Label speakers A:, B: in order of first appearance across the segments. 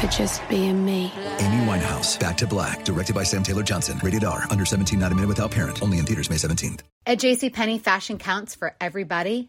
A: for just being me.
B: Amy Winehouse, Back to Black, directed by Sam Taylor Johnson. Rated R, under 17, not a minute without parent. Only in theaters May 17th.
C: At JCPenney, fashion counts for everybody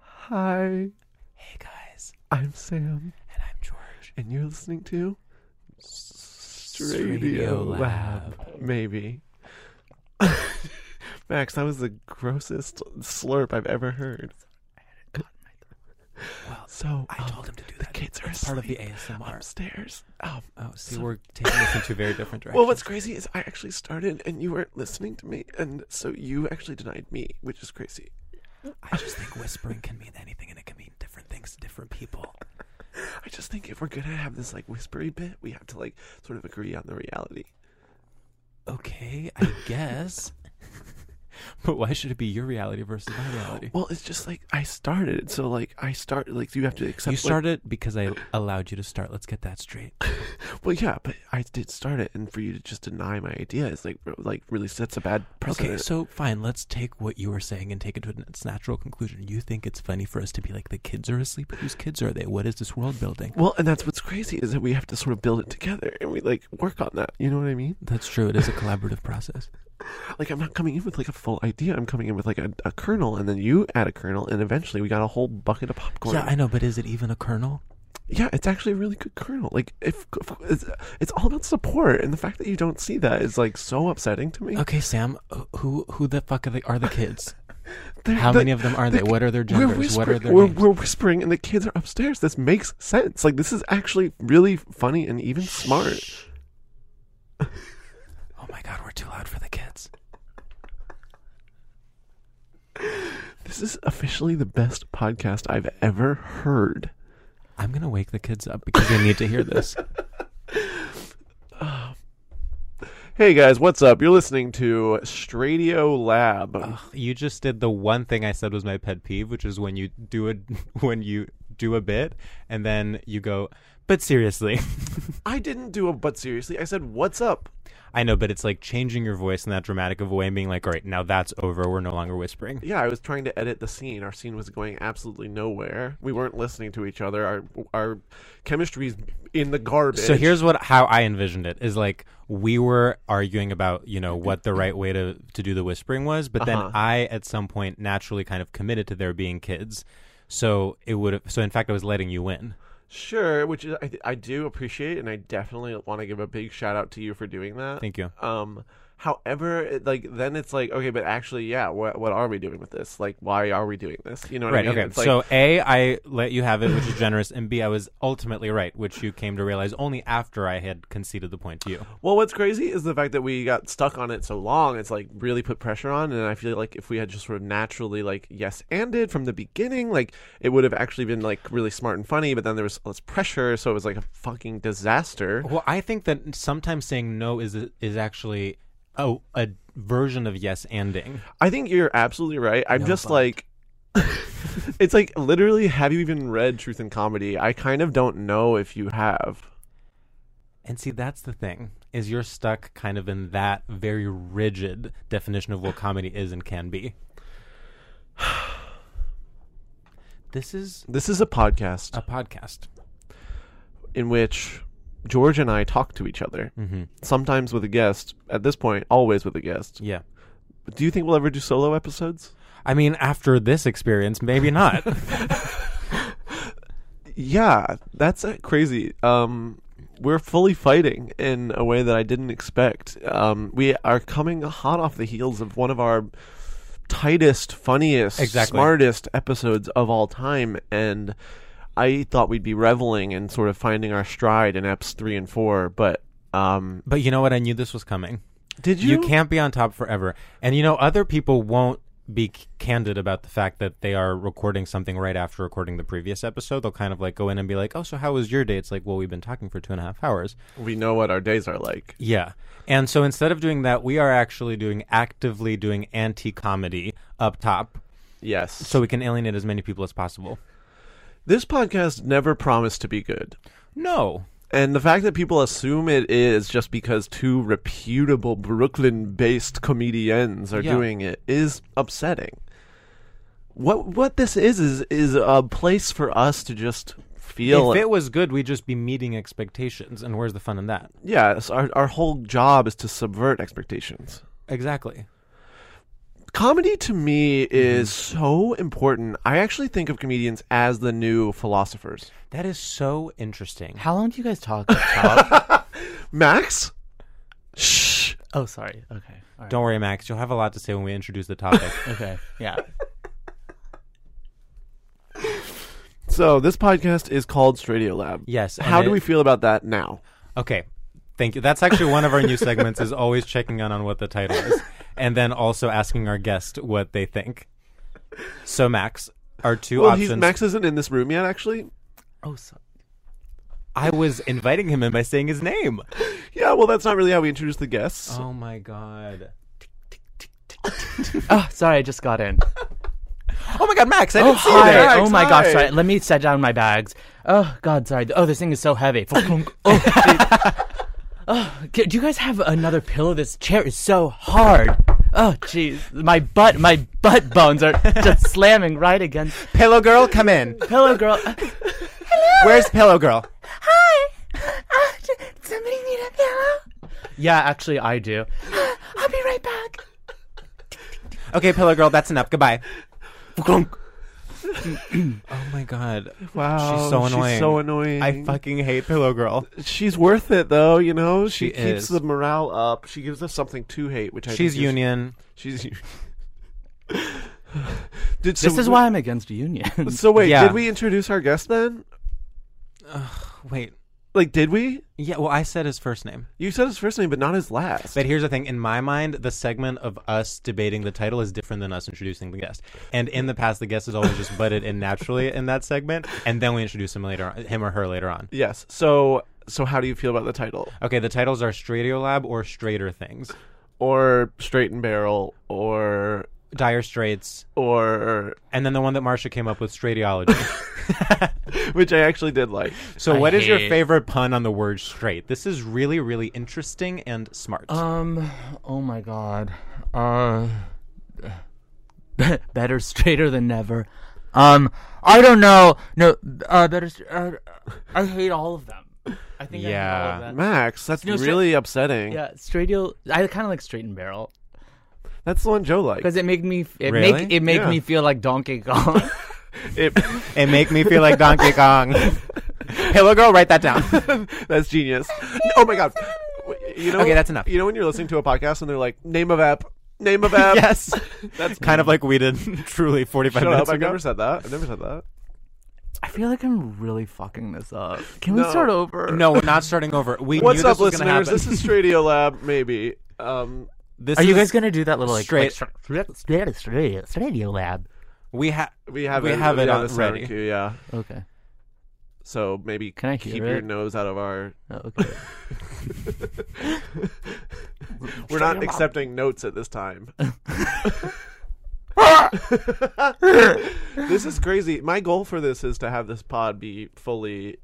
D: Hi.
E: Hey guys.
D: I'm Sam.
E: And I'm George.
D: And you're listening to Stradio Lab. Lab. Maybe. Max, that was the grossest slurp I've ever heard.
E: Well, so I um, told him to do that.
D: The kids are
E: it's part of the
D: asleep
E: ASMR
D: upstairs. Um,
E: oh, see, so, we're taking this in two very different directions.
D: Well, what's crazy is I actually started and you weren't listening to me, and so you actually denied me, which is crazy.
E: I just think whispering can mean anything and it can mean different things to different people.
D: I just think if we're gonna have this like whispery bit, we have to like sort of agree on the reality.
E: Okay, I guess. but why should it be your reality versus my reality?
D: Well, it's just like I started, so like I start like you have to accept.
E: You started like, because I allowed you to start. Let's get that straight.
D: well, yeah, but I did start it, and for you to just deny my idea is like like really sets a bad precedent.
E: Okay, so fine, let's take what you were saying and take it to its natural conclusion. You think it's funny for us to be like the kids are asleep? Whose kids are they? What is this world building?
D: Well, and that's what's crazy is that we have to sort of build it together, and we like work on that. You know what I mean?
E: That's true. It is a collaborative process
D: like I'm not coming in with like a full idea. I'm coming in with like a, a, kernel, and then you add a kernel, and eventually we got a whole bucket of popcorn.
E: Yeah, I know, but is it even a kernel?
D: Yeah, it's actually a really good kernel. Like, if, if it's, it's, all about support, and the fact that you don't see that is like so upsetting to me.
E: Okay, Sam, who who the fuck are, they, are the kids? How the, many of them are they? What are their genders? What are their
D: we're, we're, whispering, and the kids are upstairs. This makes sense. Like, this is actually really funny and even smart.
E: Oh my god, we're too loud for the kids.
D: This is officially the best podcast I've ever heard.
E: I'm going to wake the kids up because they need to hear this.
D: uh, hey guys, what's up? You're listening to Stradio Lab.
E: Uh, you just did the one thing I said was my pet peeve, which is when you do it when you
F: do a bit, and then you go, but seriously.
G: I didn't do a but seriously. I said, what's up?
F: I know, but it's like changing your voice in that dramatic of a way and being like, all right, now that's over. We're no longer whispering.
G: Yeah, I was trying to edit the scene. Our scene was going absolutely nowhere. We weren't listening to each other. Our our chemistry's in the garbage.
F: So here's what how I envisioned it is like we were arguing about, you know, what the right way to, to do the whispering was, but then
G: Uh-huh.
F: I at some point naturally kind of committed to there being kids. So it would have so in fact I was letting you win.
G: Sure, which is, I, I do appreciate, and I definitely want to give a big shout out to you for doing that.
F: Thank you.
G: Um, however, it, like then it's like okay, but actually, yeah, what what are we doing with this? Like, why are we doing this? You know what
F: right,
G: I mean?
F: okay.
G: It's like,
F: so A, I let you have it, which is generous, and B, I was ultimately right, which you came to realize only after I had conceded the point to you.
G: well, what's crazy is the fact that we got stuck on it so long. It's like really put pressure on, and I feel like if we had just sort of naturally like yes anded from the beginning, like it would have actually been like really smart and funny. But then there was less pressure, so it was like a fucking disaster.
F: Well, I think that sometimes saying no is is actually oh a version of yes anding.
G: I think you're absolutely right. I'm
F: No,
G: just
F: but.
G: like, it's like literally, have you even read Truth and Comedy? I kind of don't know if you have.
F: And see, that's the thing is you're stuck kind of in that very rigid definition of what comedy is and can be. This is
G: This is a podcast
F: a podcast.
G: in which George and I talk to each other,
F: Mhm.
G: sometimes with a guest. At this point, always with a guest.
F: Yeah.
G: Do you think we'll ever do solo episodes?
F: I mean, after this experience, maybe not.
G: Yeah, that's uh, crazy. Um, we're fully fighting in a way that I didn't expect. Um, we are coming hot off the heels of one of our tightest, funniest,
F: Exactly.
G: smartest episodes of all time, and I thought we'd be reveling and sort of finding our stride in eps three and four, but um,
F: but you know what? I knew this was coming.
G: Did
F: You
G: you?
F: can't be on top forever. And you know, other people won't be c- candid about the fact that they are recording something right after recording the previous episode. They'll kind of like go in and be like, "Oh, so how was your day?" It's like, "Well, we've been talking for two and a half hours."
G: we know what our days are like.
F: Yeah. And so instead of doing that, we are actually doing actively doing anti-comedy up top,
G: Yes.
F: so we can alienate as many people as possible.
G: This podcast never promised to be good.
F: No.
G: And the fact that people assume it is just because two reputable Brooklyn based comedians are
F: Yeah.
G: doing it is upsetting. What what this is is is a place for us to just feel
F: If it was good, we'd just be meeting expectations, and where's the fun in that?
G: Yeah, it's our our whole job is to subvert expectations.
F: Exactly.
G: Comedy to me
F: Mm-hmm.
G: is so important. I actually think of comedians as the new philosophers.
F: That is so interesting.
H: How long do you guys talk? up top?
G: Max?
H: oh, sorry. Okay. All right.
F: Don't worry, Max. You'll have a lot to say when we introduce the topic.
H: Okay. Yeah.
G: So this podcast is called Stradio Lab.
F: Yes, and
G: How do
F: it-
G: we feel about that now?
F: Okay. Thank you. That's actually one of our new segments is always checking in on what the title is and then also asking our guest what they think. So Max, our two
G: well,
F: options.
G: he's, Max isn't in this room yet, actually.
H: Oh, so-
F: I was inviting him in by saying his name.
G: Yeah, well, that's not really how we introduce the guests.
F: Oh my god.
H: oh, sorry. I just got in.
F: Oh my god, Max, I
H: oh,
F: didn't see
H: hi.
F: that.
H: oh my gosh. Sorry. Let me set down my bags. Oh God. Sorry. Oh, this thing is so heavy. oh. oh, g- do you guys have another pillow? This chair is so hard. Oh jeez, my butt, my butt bones are just slamming right against.
F: Pillow girl, come in.
H: Pillow girl.
F: Where's Pillow Girl?
I: Hi. Uh, d- somebody need a pillow?
H: Yeah, actually, I do.
I: I'll be right back.
F: Okay, Pillow Girl, that's enough. Goodbye. oh my god.
G: Wow,
F: She's so
G: she's
F: annoying.
G: so annoying.
F: I fucking hate Pillow Girl.
G: She's worth it, though. You know, she,
F: She
G: keeps
F: is.
G: the morale up. She gives us something to hate, which I
F: She's
G: think is-
F: union.
G: She's. u- Did,
H: This is why I'm against unions.
G: So wait,
F: Yeah.
G: did we introduce our guest then?
F: Wait.
G: Like, did we?
F: Yeah, well, I said his first name.
G: You said his first name, but not his last.
F: But here's the thing: in my mind, the segment of us debating the title is different than us introducing the guest. And in the past, the guest is always just butted in naturally in that segment, and then we introduce him later, on, him or her later on.
G: Yes. So, so how do you feel about the title?
F: Okay, the titles are Stradio Lab or Straighter Things.
G: Or Straight and Barrel, or
F: Dire Straits,
G: or
F: and then the one that Marsha came up with, Stradiology,
G: which I actually did like.
F: So,
G: I
F: what is your
G: hate-
F: favorite pun on the word straight? This is really, really interesting and smart.
E: Um. Oh my God. Uh. better straighter than never. Um. I don't know. No. Uh. Better. str- Uh, I hate all of them. I think. I hate all
G: Yeah.
E: of them.
G: Max, that's
E: stra-
G: really upsetting.
E: Yeah. Straightio. I kind of like straight and barrel.
G: That's the one Joe likes.
E: Because it make me. f- It
G: Really?
E: make it make
G: Yeah.
E: me feel like Donkey Kong.
G: It,
F: it make me feel like Donkey Kong. Hello, girl. Write that down.
G: That's genius. Oh my god. You know,
F: Okay, that's enough.
G: You know when you're listening to a podcast and they're like, "Name of app, name of app."
F: Yes.
G: that's
F: kind of like we did truly 45
G: Shut
F: minutes
G: up! I've
F: ago.
G: never said that. I've never said that.
E: I feel like I'm really fucking this up. Can we
G: No.
E: start over?
F: No, we're not starting over. We
G: What's
F: knew
G: up,
F: this was gonna
G: listeners?
F: happen.
G: This is Stradio Lab. Maybe. Um,
F: This
E: Are you
F: is
E: guys gonna do that little like
F: straight?
E: Like, straight, straight, straight lab.
F: we have
G: we have
F: we
G: it,
F: have it
G: yeah,
F: on
G: the sound
F: ready.
G: cue, yeah.
E: Okay.
G: So maybe
E: Can I
G: keep
E: hear
G: your
E: it?
G: nose out of our.
E: Oh, okay. Shut your
G: We're not
E: mouth.
G: accepting notes at this time. this is crazy. My goal for this is to have this pod be fully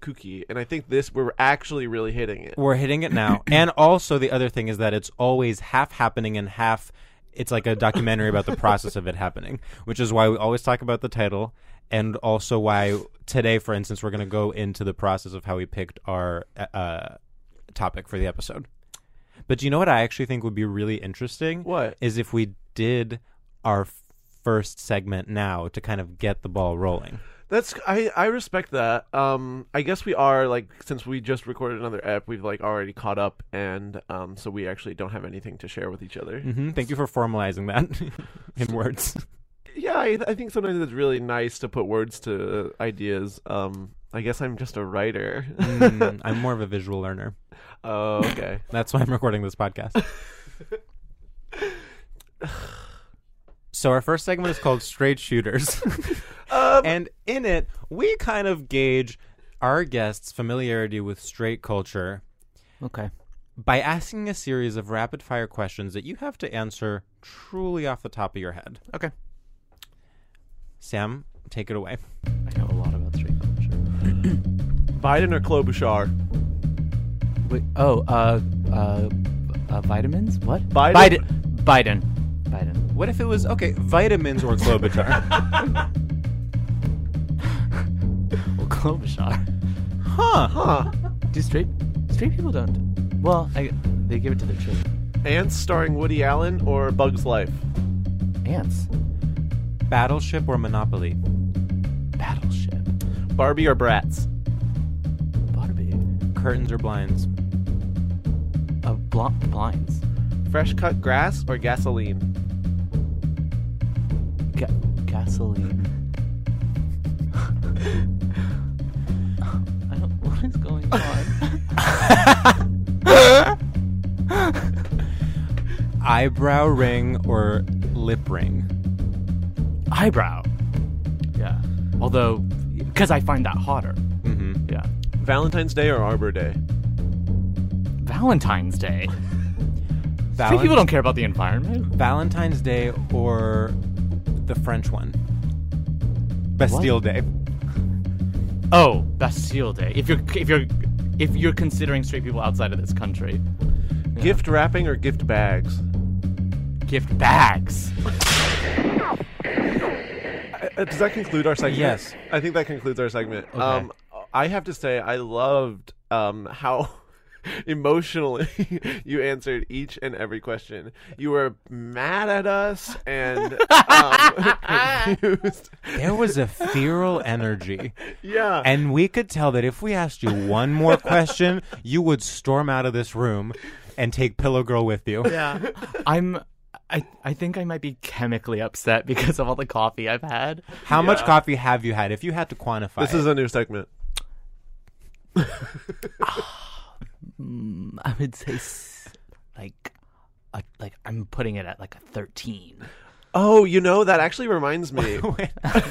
G: kooky, and I think this we're actually really hitting it.
F: We're hitting it now. and also the other thing is that it's always half happening and half it's like a documentary about the process of it happening, which is why we always talk about the title and also why today for instance we're going to go into the process of how we picked our uh, topic for the episode. But do you know what I actually think would be really interesting?
G: What?
F: Is if we did our first segment now to kind of get the ball rolling.
G: That's I I respect that. Um, I guess we are like since we just recorded another ep, we've like already caught up, and um, so we actually don't have anything to share with each other.
F: hmm Thank you for formalizing that in words.
G: Yeah, I, I think sometimes it's really nice to put words to ideas. Um, I guess I'm just a writer.
F: Mm, I'm more of a visual learner.
G: Oh, okay.
F: That's why I'm recording this podcast. so our first segment is called Straight Shooters.
E: Um,
F: and in it, we kind of gauge our guests' familiarity with straight culture
E: Okay.
F: by asking a series of rapid fire questions that you have to answer truly off the top of your head.
E: Okay.
F: Sam, take it away.
E: I know a lot about straight culture.
G: Biden or Klobuchar?
E: Wait, oh, uh, uh, uh, vitamins? What?
G: Biden-
E: Biden. Biden. Biden.
F: What if it was okay, vitamins or Klobuchar?
E: Well, Klobuchar.
F: huh.
G: Huh.
E: Do straight straight people don't? Well, I, they give it to their children.
G: Ants starring Woody Allen or Bugs Life?
E: Ants.
F: Battleship or Monopoly?
E: Battleship.
G: Barbie or Bratz?
E: Barbie.
F: Curtains or blinds?
E: Uh, bl- blinds.
G: Fresh cut grass or gasoline?
E: Ga- gasoline. I don't. What is going on?
F: Eyebrow ring or lip ring?
E: Eyebrow. Yeah. Although, because I find that hotter.
F: Mm-hmm.
E: Yeah.
G: Valentine's Day or Arbor Day?
E: Valentine's Day. Straight people don't care about the environment.
F: Valentine's Day or the French one? Bastille Day.
E: Oh, Bastille Day. If you're if you're if you're considering straight people outside of this country,
G: Gift wrapping or gift bags?
E: gift bags.
G: Uh, does that conclude our segment?
F: Yes.
G: I think that concludes our segment. Um, I have to say, I loved um, how emotionally you answered each and every question. You were mad at us and um, confused.
F: There was a feral energy.
G: Yeah.
F: And we could tell that if we asked you one more question, you would storm out of this room and take Pillow Girl with you.
E: Yeah. I'm. I, I think I might be chemically upset because of all the coffee I've had.
F: How much coffee have you had? If you had to quantify
G: this
F: it.
G: is a new segment.
E: I would say s- like a, like I'm putting it at like a 13.
G: Oh, you know that actually reminds me.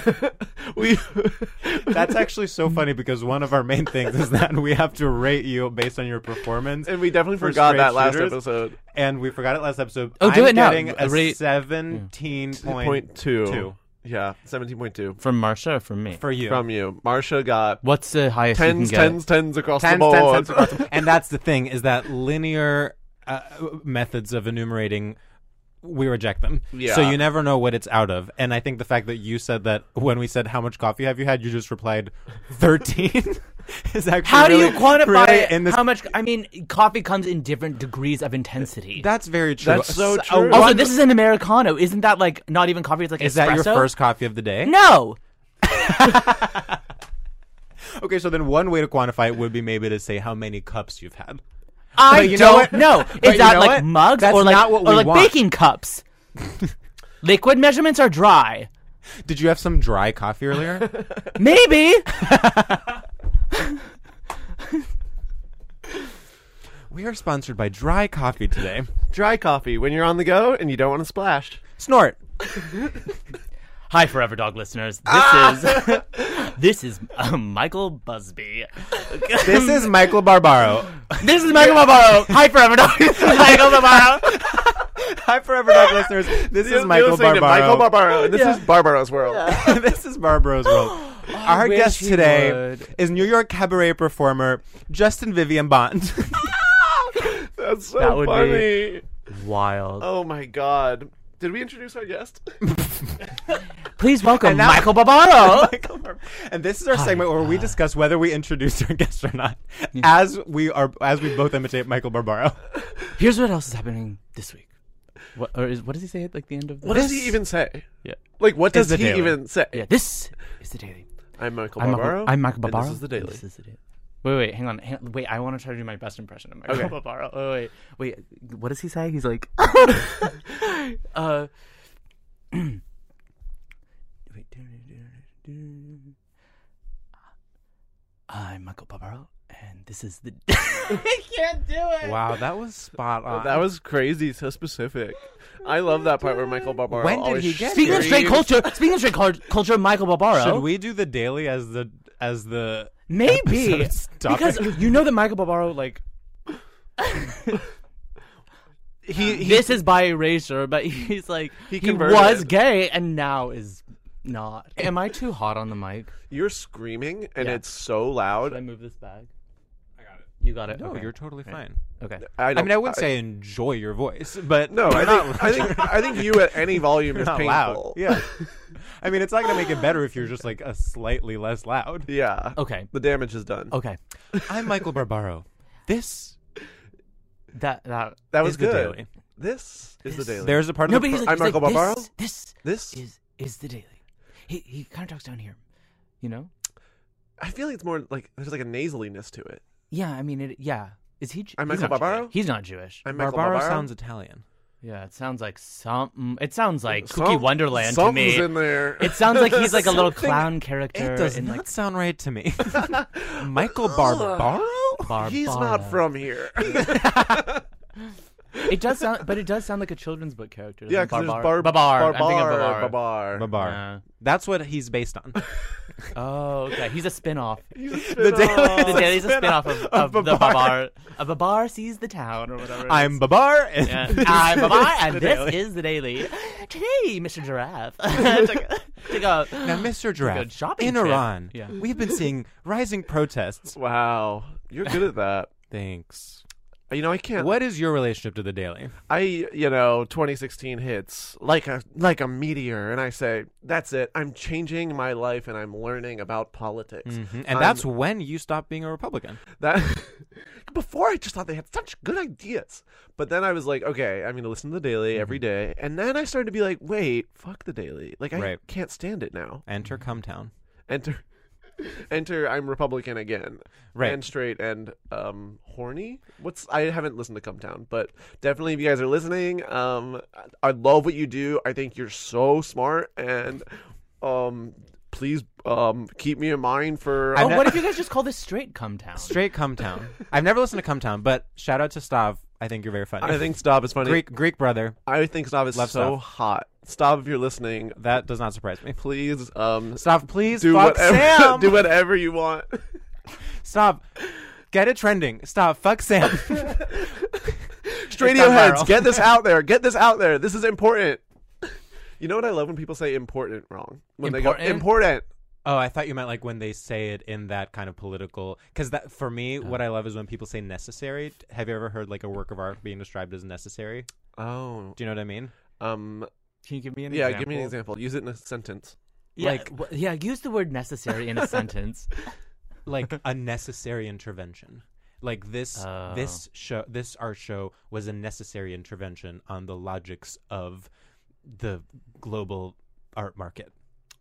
G: we
F: That's actually so funny because one of our main things is that we have to rate you based on your performance.
G: And we definitely
F: for
G: forgot
F: straight
G: that last
F: shooters.
G: episode.
F: And we forgot it last episode.
E: Oh, do
F: I'm
E: it now.
F: Getting a
E: Rate-
F: seventeen
G: point two. Yeah, seventeen point two
E: From Marsha or from me?
F: for you.
G: from you. Marsha got
E: What's the highest you can
G: tens,
E: get?
G: tens, tens across the
F: Tens,
G: board.
F: tens, tens across the- and that's the thing is that linear uh, methods of enumerating we reject them.
G: Yeah.
F: So you never know what it's out of. And I think the fact that you said that when we said how much coffee have you had, you just replied 13 is actually
E: How do
F: really-
E: you quantify
F: really
E: it?
F: in this-
E: how much? I mean, coffee comes in different degrees of intensity.
F: That's very true.
G: That's so
F: A
G: true.
E: also,
F: one-
E: this is an americano. Isn't that like not even coffee? It's like
F: is that your
E: Oh, espresso?
F: first coffee of the day?
E: No.
F: Okay, so then one way to quantify it would be maybe to say how many cups you've had.
E: I
F: But you know
E: don't
F: what?
E: know.
F: But
E: Is
F: you
E: that
F: know
E: like
F: what?
E: mugs
F: That's
E: or like
F: not what
E: or
F: we
E: like
F: want.
E: baking cups? Liquid measurements are dry.
F: Did you have some dry coffee earlier?
E: Maybe.
F: we are sponsored by Dry Coffee today.
G: Dry coffee when you're on the go and you don't want to splash.
F: Snort.
E: Hi, Forever Dog listeners. This
F: Ah!
E: is this is uh, Michael Busby.
F: This is Michael Barbaro.
E: this is Michael Barbaro. Hi, Forever Dog. This is Michael Barbaro.
F: Hi, Forever Dog listeners. This
G: You're
F: is Michael
G: listening to
F: Barbaro.
G: Michael Barbaro. and This is Barbaro's world.
F: this is Barbaro's world. Our
E: wish
F: guest
E: he
F: today
E: would.
F: is New York cabaret performer Justin Vivian Bond.
G: That's so
E: That would be-
G: funny.
E: Wild.
G: Oh my god. Did we introduce our guest?
E: Please welcome
F: now-
E: Michael Barbaro.
F: Michael Barb- and this is our segment where we discuss whether we introduce our guest or not, as we are as we both imitate Michael Barbaro.
E: Here's what else is happening this week. What or is what does he say at like the end of the
G: What does he even say?
E: Yeah.
G: Like, what
F: Is
G: does
F: the
G: he
F: Daily.
G: even say?
E: Yeah, this is the daily.
G: I'm Michael
E: I'm
G: Barbaro.
E: Michael, I'm Michael
G: and
E: Barbaro.
G: This is the daily.
E: This is the daily. Wait, wait, hang on, hang on. Wait, I want to try to do my best impression of Michael
G: Okay.
E: Barbaro. Wait, wait, wait. What does he say? He's like, uh, wait. I'm Michael Barbaro, and this is the. I can't do it.
F: Wow, that was spot on.
G: that was crazy. So specific. I love that part where Michael Barbaro.
F: When did
G: always
F: he get
E: Speaking of straight
G: screams.
E: culture, speaking of straight cul- culture, Michael Barbaro.
F: Should we do the daily as the as the
E: Maybe
F: episode's topic?
E: because you know that Michael Barbaro like
G: he, he
E: this is by erasure, but he's like he,
G: converted.
E: was gay and now is not. Am I too hot on the mic?
G: you're screaming and
E: Yeah.
G: it's so
E: Should I
G: loud.
E: move this bag? I got it. You got it.
F: no,
E: okay.
F: you're totally fine.
E: okay.
G: I,
F: I
G: don't-
F: mean, I would say enjoy your voice, but
G: no. I
F: you're not
G: think, I think I think you at any volume is
F: not
G: painful.
F: loud. Yeah. I mean, it's not going to make it better if you're just like a slightly less loud.
G: Yeah.
E: Okay.
G: The damage is done.
E: Okay.
F: I'm Michael Barbaro. This
E: That that
G: That was
F: is the
G: good.
F: daily.
G: This is the daily.
F: There's a part
E: no,
F: of
E: but
F: the
E: he's like,
G: I'm
E: he's like,
G: Michael Barbaro?
E: This, this
G: This-
E: is is the daily. He he kind of talks down here, you know.
G: I feel like it's more like there's like a nasaliness to it.
E: Yeah, I mean it. Yeah, is he? Ju-
G: I'm
E: he's not Jewish.
G: Michael Barbaro?
E: He's not Jewish.
G: I'm Michael
F: Barbaro
G: Barbaro.
F: sounds Italian.
E: Yeah, it sounds like something. It sounds like
G: Some-
E: Cookie Wonderland to
G: something's
E: me.
G: in there.
E: It sounds like he's like a little
G: Something-
E: clown character.
F: It does
E: in
F: not
E: like
F: sound right to me. Michael Barbaro?
E: Barbara.
G: He's not from here.
E: It does sound, but it does sound like a children's book character.
G: yeah,
E: because
G: because there's Bar-
E: Babar. I'm thinking of
G: Barbar.
E: Babar.
G: Babar.
F: Babar. That's what he's based on.
E: Oh, okay. He's a spin-off.
G: The
E: the Daily's a spin-off of, of, the Babar. A Babar sees the town or whatever. it
F: I'm
E: is.
F: Babar. And
E: Yeah. I'm Babar, and
F: The
E: this
F: Daily.
E: is the Daily. Today, Mr. Giraffe took, took a
F: Now, Mr.
E: good
F: Giraffe,
E: shopping
F: in
E: trip.
F: Iran,
E: Yeah.
F: we've been seeing rising protests.
G: Wow, you're good at that.
F: Thanks.
G: You know, I can't.
F: What is your relationship to the Daily?
G: I, you know, 2016 hits like a like a meteor, and I say, that's it. I'm changing my life, and I'm learning about politics.
F: And
E: Mm-hmm.
G: Mm-hmm. I'm-
F: that's when you stopped being a Republican.
G: that. Before I just thought they had such good ideas, but then I was like, okay, I'm gonna listen to the Daily every
E: Mm-hmm.
G: day, and then I started to be like, wait, fuck the Daily. Like I
F: Right.
G: can't stand it now.
F: Enter Cumtown.
G: Enter. Enter. I'm Republican again,
F: Right.
G: And straight and um horny. What's I haven't listened to Come Town, but definitely if you guys are listening, um, I love what you do. I think you're so smart, and um, please um keep me in mind for.
E: Oh,
G: um,
E: what if you guys just call this straight cum town?
F: Straight Cumtown. I've never listened to Cumtown, but shout out to Stav I think you're very funny.
G: I think Staub is funny.
F: Greek Greek brother.
G: I think Stav is
F: Love
G: so
F: Stav.
G: hot. Stav, if you're listening,
F: that does not surprise me.
G: Please, um,
F: Stop, please.
G: do
F: fuck
G: whatever,
F: Sam.
G: do whatever you want.
F: Stop. Get it trending. Stop. Fuck Sam.
G: Stradio heads,
F: viral.
G: get this out there. Get this out there. This is important. You know what I love when people say important wrong. When they go important.
F: Oh, I thought you meant like when they say it in that kind of political. Because that for me, what I love is when people say necessary. Have you ever heard like a work of art being described as necessary?
G: Oh,
F: Do you know what I mean?
G: um,
H: Can you give me an
G: yeah.
H: example?
G: Give me an example. Use it in a sentence.
H: Yeah,
F: Like-
H: w- yeah, use the word necessary in a sentence.
F: Like a necessary intervention. Like this,
H: Oh.
F: this show, this art show was a necessary intervention on the logics of the global art market.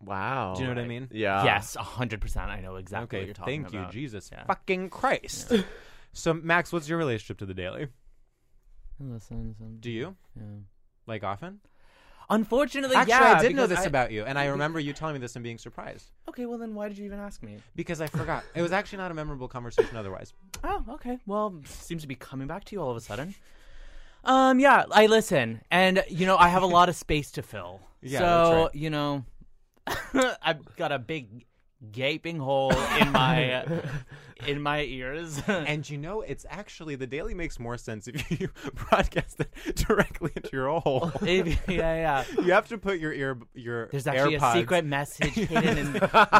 G: Wow.
F: Do you know what I mean?
G: Yeah.
H: yes, hundred percent. I know exactly
F: okay,
H: what you're talking
F: thank
H: about.
F: you, Jesus
H: Yeah.
F: fucking Christ. so, Max, what's your relationship to the daily?
H: Listen, listen.
F: Do you
H: Yeah.
F: like often?
H: Unfortunately,
F: Actually,
H: yeah,
F: I did know
H: because
F: this
H: I- uh,
F: about you, and I remember you telling me this and being surprised
H: Okay, well then, why did you even ask me?
F: because I forgot. it was actually not a memorable conversation otherwise.
H: Oh, okay. Well, seems to be coming back to you all of a sudden. Um, yeah, I listen, and you know, I have a lot of space to fill.
F: Yeah,
H: so
F: that's right.
H: you know, I've got a big gaping hole in my uh, in my ears.
F: And you know, it's actually the daily makes more sense if you broadcast it directly into your hole.
H: Maybe- yeah, yeah.
F: You have to put your ear, your
H: There's actually
F: AirPods-
H: a secret message hidden in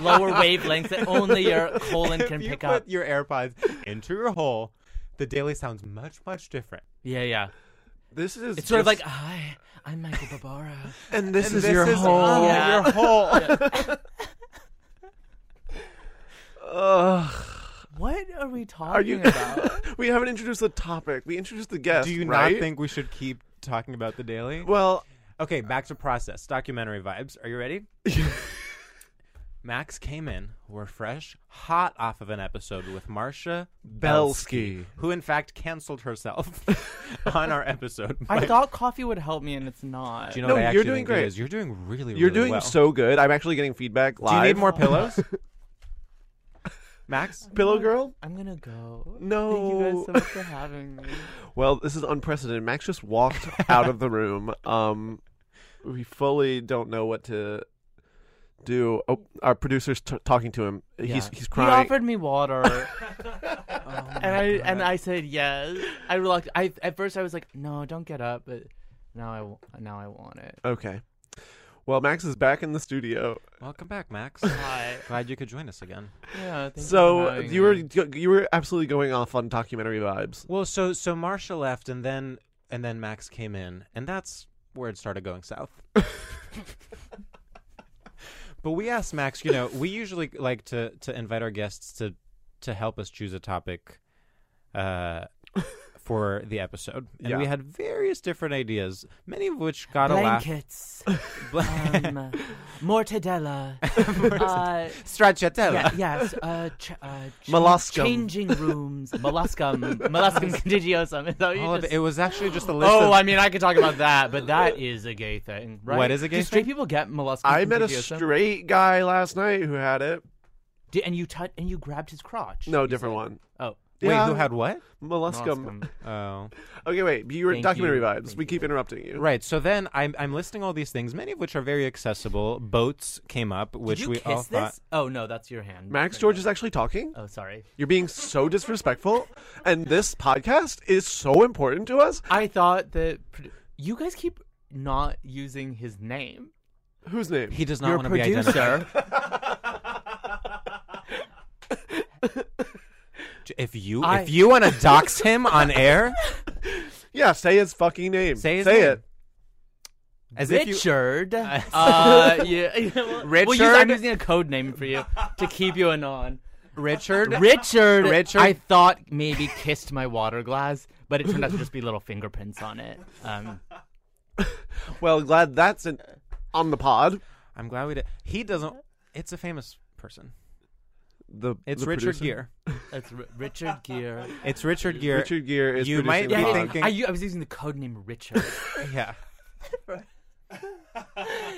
H: lower wavelengths that only your colon
F: If
H: can
F: you
H: pick
F: put
H: up.
F: your AirPods into your hole, the daily sounds much, much different.
H: Yeah, yeah.
G: This is
H: It's, sort of
G: just-
H: like hi, I'm Michael Barbara.
G: and this
F: And
G: is your
F: oh,
G: whole.
H: Yeah.
F: your hole.
G: Ugh.
H: What are we talking
G: Are you?
H: about?
G: we haven't introduced the topic. We introduced the guest.
F: Do you
G: right?
F: not think we should keep talking about the daily?
G: Well,
F: Okay, back to process. Documentary vibes. Are you ready? Max came in. We're fresh, hot off of an episode with Marcia Belsky,
G: Belsky.
F: who in fact canceled herself on our episode.
H: I
F: But-
H: thought coffee would help me, and it's not.
F: Do you know
G: No,
F: what I
G: you're
F: actually
G: doing
F: think
G: great.
F: It is? You're doing really, really
G: you're doing
F: well.
G: so good. I'm actually getting feedback
F: Do
G: live.
F: you need more pillows, Max?
G: Pillow girl?
H: I'm gonna go. Thank you guys
G: No.
H: so much for having me.
G: Well, this is unprecedented. Max just walked out of the room. Um, we fully don't know what to do. Oh, our producer's t- talking to him. He's he's
H: He
G: crying.
H: offered me water,
F: Oh
H: and I and I said yes. I reluct- I at first I was like, no, don't get up, but now I w- now I want it.
G: okay. Well, Max is back in the studio.
F: Welcome back, Max.
H: Hi.
F: Glad you could join us again.
H: Yeah. thank you for
G: So
H: having
G: you were
H: me.
G: you were absolutely going off on documentary vibes.
F: Well, so so Marcia left, and then and then Max came in, and that's where it started going south. but we asked Max, you know, we usually like to to invite our guests to to help us choose a topic uh, for the episode, and we
G: Yeah.
F: had various different ideas, many of which got
H: blankets,
F: a laugh.
H: um, mortadella, uh,
F: Stracciatella.
H: yeah, yes, uh, ch- uh, ch-
G: Molluscum.
H: changing rooms, molluscum, molluscum contagiosum. Is that what you
F: All of
H: just
F: it. it was actually just a list.
H: Oh,
F: of,
H: I mean, I could talk about that, but that is a gay thing, right?
F: What is a gay
H: Do straight
F: thing?
H: people get molluscum?
G: I met a
H: contagiosum?
G: straight guy last night who had it.
H: Di- and you tou- and you grabbed his crotch.
G: No,
H: You
G: different
H: said-
G: one.
H: Oh,
F: wait,
G: Yeah.
F: who had what?
G: Molluscum.
H: molluscum.
F: Oh.
G: Okay, wait. You were
H: Thank
G: documentary
H: you.
G: vibes.
H: Thank
G: we
H: you.
G: keep interrupting you.
F: Right. So then I'm I'm listing all these things, many of which are very accessible. Boats came up, which
H: Did you
F: we
H: kiss
F: all
H: this?
F: thought.
H: Oh no, that's your hand.
G: Max George is actually talking.
H: Oh, sorry.
G: You're being so disrespectful, and this podcast is so important to us.
H: I thought that produ- you guys keep not using his name.
G: Whose name?
F: He does not
H: Your
F: want to be identified.
H: producer.
F: If you
H: I-
F: if you want to dox him on air,
G: yeah, say his fucking name.
F: Say his name.
G: it.
F: as if you
H: Richard. uh, yeah. well, Well, you- I'm
F: Richard?
H: using a code name for you to keep you anon.
F: Richard
H: Richard,
F: Richard-
H: I thought maybe kissed my water glass, but it turned out to just be little fingerprints on it. Um,
G: Well, glad that's an, on the pod.
F: I'm glad we did. He doesn't. It's a famous person.
G: The
F: It's
G: the
F: Richard
G: producer.
F: Gere.
H: that's R- Richard Gere.
F: It's Richard Gere.
G: Richard Gere is
F: You might
G: producing
F: be
G: the pod.
F: thinking.
H: I, u- I was using the code name Richard.
F: yeah.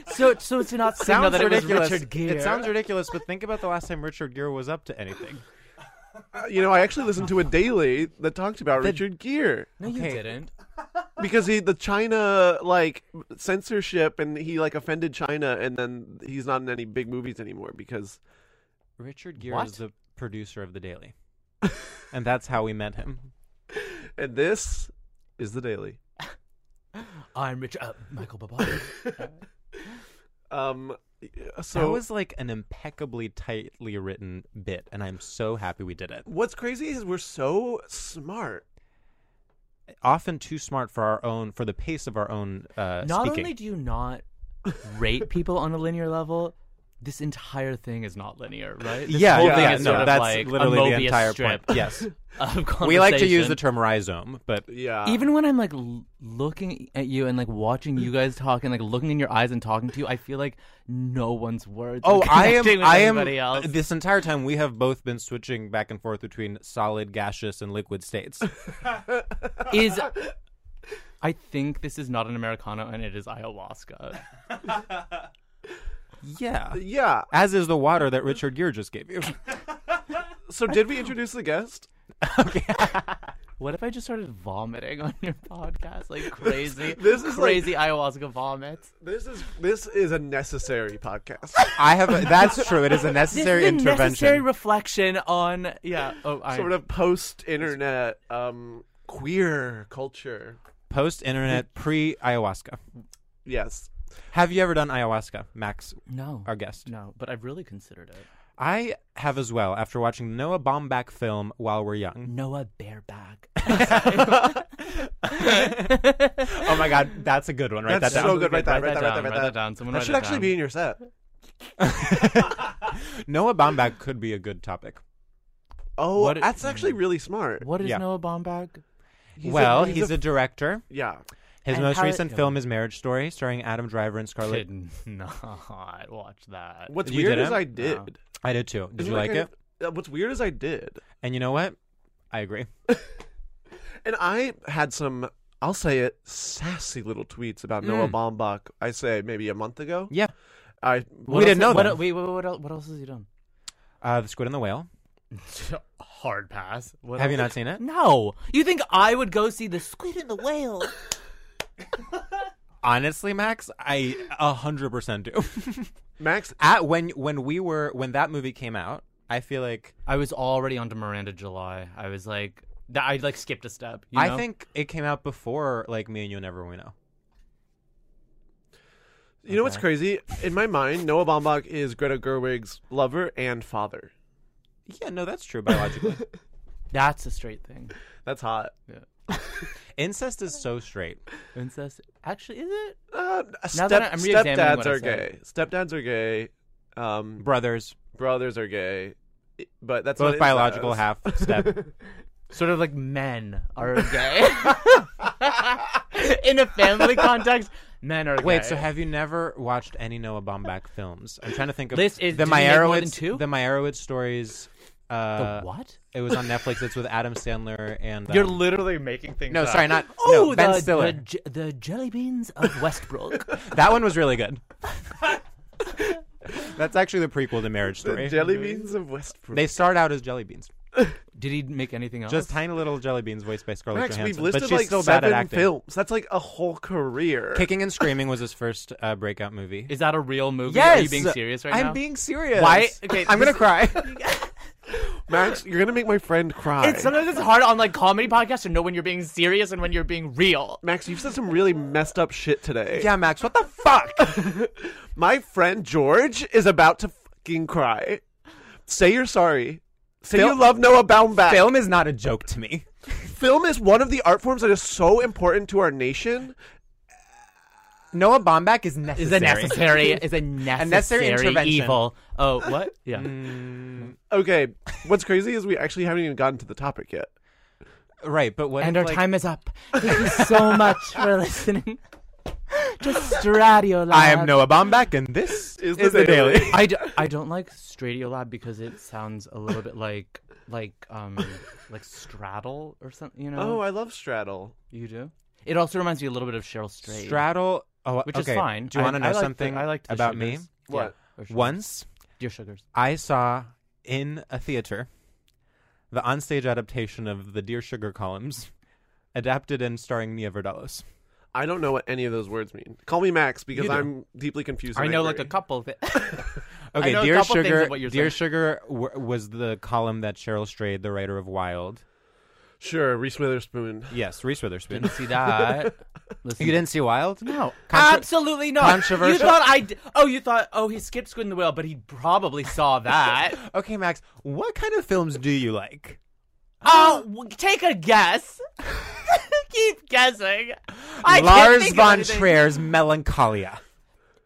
H: so, so it's not signal
F: Sounds
H: that it was
F: ridiculous.
H: Richard Gere.
F: It sounds ridiculous, but think about the last time Richard Gere was up to anything.
G: Uh, you know, I actually listened to a daily that talked about Richard Gere.
E: No, you didn't.
G: because he the China like censorship and he like offended China and then he's not in any big movies anymore because
F: Richard Gere
G: What?
F: is the producer of The Daily. and that's how we met
E: Mm-hmm.
F: him.
G: and this is the Daily.
E: I'm Richard uh, Michael Babak.
G: Um so
F: So that was like an impeccably tightly written bit, and I'm so happy we did it.
G: what's crazy is we're so smart.
F: Often too smart for our own, for the pace of our own uh,
E: not
F: speaking.
E: only do you not rate people on a linear level, this entire thing is not linear, right? Uh, This
F: yeah,
E: whole
F: yeah,
E: thing
F: yeah,
E: is
F: no,
E: sort of
F: that's
E: like a
F: literally the
E: Mobius
F: entire
E: strip
F: point. Yes,
E: of
F: we like to use
E: conversation.
F: the term rhizome, but
G: yeah,
E: Even when I'm like l- looking at you and like watching you guys talk and like looking in your eyes and talking to you, I feel like no one's words.
F: Oh,
E: are
F: I am.
E: connecting with
F: I am.
E: anybody Else.
F: This entire time, we have both been switching back and forth between solid, gaseous, and liquid states.
E: Is I think this is not an americano and it is ayahuasca.
F: yeah,
G: yeah.
F: As is the water that Richard Gere just gave you.
G: So did we introduce the guest?
E: What if I just started vomiting on your podcast like crazy?
G: This is like-
E: crazy ayahuasca vomit.
G: This is this is a necessary podcast.
F: I have. A, that's true. It is a
E: This is
F: necessary
E: a
F: intervention.
E: necessary reflection on yeah. Oh, I,
G: sort of post internet um queer culture.
F: Post internet, pre ayahuasca.
G: Yes.
F: Have you ever done ayahuasca, Max?
E: No.
F: Our guest.
E: no, but I've really considered it.
F: I have as well after watching Noah Baumbach film While We're Young.
E: Noah Bareback.
F: Oh my god, that's a good one. Write
G: That's
F: that down.
G: so good. Write that. Write
E: Write
G: that.
E: that
G: Write
E: down, write that
G: that. Write that
E: down. Someone
G: That
E: write
G: should
E: it
G: actually
E: down.
G: be in your set.
F: Noah Baumbach could be a good topic.
G: Oh,
E: What-
G: that's actually really smart.
E: What is
F: Yeah.
E: Noah Baumbach?
G: He's a-
F: well, he's, a, director.
G: yeah.
F: His
E: And
F: most
E: how-
F: recent film is Marriage Story, starring Adam Driver and Scarlett.
E: Did not watch that.
G: What's
F: You
G: weird
F: didn't?
G: is I did.
E: No.
F: I did too. Did
G: Isn't
F: you like
G: kind
F: it?
G: of- uh, what's weird is I did,
F: And you know what? I agree.
G: and I had some. I'll say it, sassy little tweets about Noah Baumbach. I say maybe a month ago.
F: Yeah.
G: I
F: we didn't know
E: what,
F: them.
E: Wait, wait, what, else, what else has he done?
F: Uh, the Squid and the Whale.
E: Hard pass. What
F: Have you
E: else?
F: not seen it?
E: No. You think I would go see the squid and the whale?
F: Honestly, Max, I a hundred percent do.
G: Max.
F: At when when we were when that movie came out, I feel like
E: I was already onto Miranda July. I was like, that I like skipped a step. you
F: I
E: know?
F: think it came out before like me and you and everyone we know.
G: You know what's crazy? In my mind, Noah Baumbach is Greta Gerwig's lover and father.
F: Yeah, no, that's true biologically.
E: that's a straight thing.
G: That's hot.
F: Incest is so straight.
E: Incest. Actually, is it?
G: Uh,
E: Now
G: step,
E: that I- I'm re-examining
G: stepdads
E: what I
G: are
E: said.
G: gay. Stepdads are gay. Um,
F: Brothers,
G: brothers are gay. But that's
F: both
G: not
F: biological,
G: incest.
F: half step.
E: Sort of like men are gay. In a family context, men are gay.
F: Wait, so have you never watched any Noah Baumbach films? I'm trying to think of
E: This is-
F: the
E: did he make more than
F: Meyerowitz
E: two?
F: the Meyerowitz stories. Uh,
E: The what?
F: It was on Netflix. It's with Adam Sandler and um,
E: You're literally making things.
G: Uh,
F: no,
E: up.
F: sorry, not
E: Oh,
F: no, Ben
E: the,
F: Stiller.
E: The, j- the jelly beans of Westbrook.
F: That one was really good. That's actually the prequel to Marriage
G: The
F: Story.
G: jelly Uh-huh. beans of Westbrook.
F: they start out as jelly beans,
E: Did he make anything else?
F: just tiny little jelly beans voiced by Scarlett
G: Max, we've
F: Johansson.
G: listed
F: but she's
G: like
F: still
G: seven
F: bad at acting.
G: films. That's like a whole career.
F: Kicking and Screaming was his first uh, breakout movie.
E: Is that a real movie? Are you being serious right
F: I'm
E: now?
F: being serious.
E: Why- okay,
F: I'm gonna
E: this-
F: cry.
G: Max, you're gonna make my friend cry.
E: It's, sometimes it's hard on like comedy podcasts to know when you're being serious and when you're being real.
G: Max, you've said some really messed up shit today.
F: yeah, Max. What the fuck?
G: My friend George is about to fucking cry. Say you're sorry. Say
F: Fil-
G: you love Noah Baumbach.
F: Film is not a joke to me.
G: Film is one of the art forms that is so important to our nation.
F: Noah Baumbach is necessary.
E: Is a necessary? Is a necessary,
F: intervention. Mm,
E: evil? Oh, what? Yeah.
G: Okay, what's crazy is we actually haven't even gotten to the topic yet.
F: Right, but what?
E: and
F: if,
E: our
F: like-
E: time is up. Thank you so much for listening. Just Radio Lab.
F: I am Noah Baumbach, and this
G: Is
F: is
G: the
F: the, daily.
G: Daily.
E: I, d- I don't like Stradio Lab because it sounds a little bit like like um like straddle or something. You know.
G: Oh, I love Straddle.
E: you do. It also reminds me a little bit of Cheryl Strait.
F: Straddle. Oh,
E: which
F: okay.
E: is fine.
F: Do you want
E: I-
F: to
E: I
F: know
E: like the-
F: something
E: I liked the
F: about me?
E: sugars.
G: What?
E: Yeah, or sugars.
F: Once
E: Your sugars.
F: I saw in a theater the onstage adaptation of the Dear Sugar columns, adapted and starring Nia Vardalos.
D: I don't know what any of those words mean. Call me Max because
F: You do.
D: I'm deeply confused.
E: I
D: and
E: know
D: angry.
E: like a couple thi- I
F: Okay,
E: know a
F: Dear
E: couple things
F: Sugar.
E: of what you're
F: Dear
E: saying.
F: Sugar w- was the column that Cheryl Strayed, the writer of Wild.
D: Sure, Reese Witherspoon.
F: Yes, Reese Witherspoon.
E: Didn't see that. Listen-
F: You didn't see Wild? No.
E: Absolutely not.
F: Controversial.
E: You thought I? D- oh, you thought? Oh, he skipped Squid in the Whale, but he probably saw that.
F: okay, Max. What kind of films do you like?
E: Oh, w- take a guess. Keep guessing. I can't
F: Lars
E: think of
F: von
E: anything.
F: Trier's Melancholia.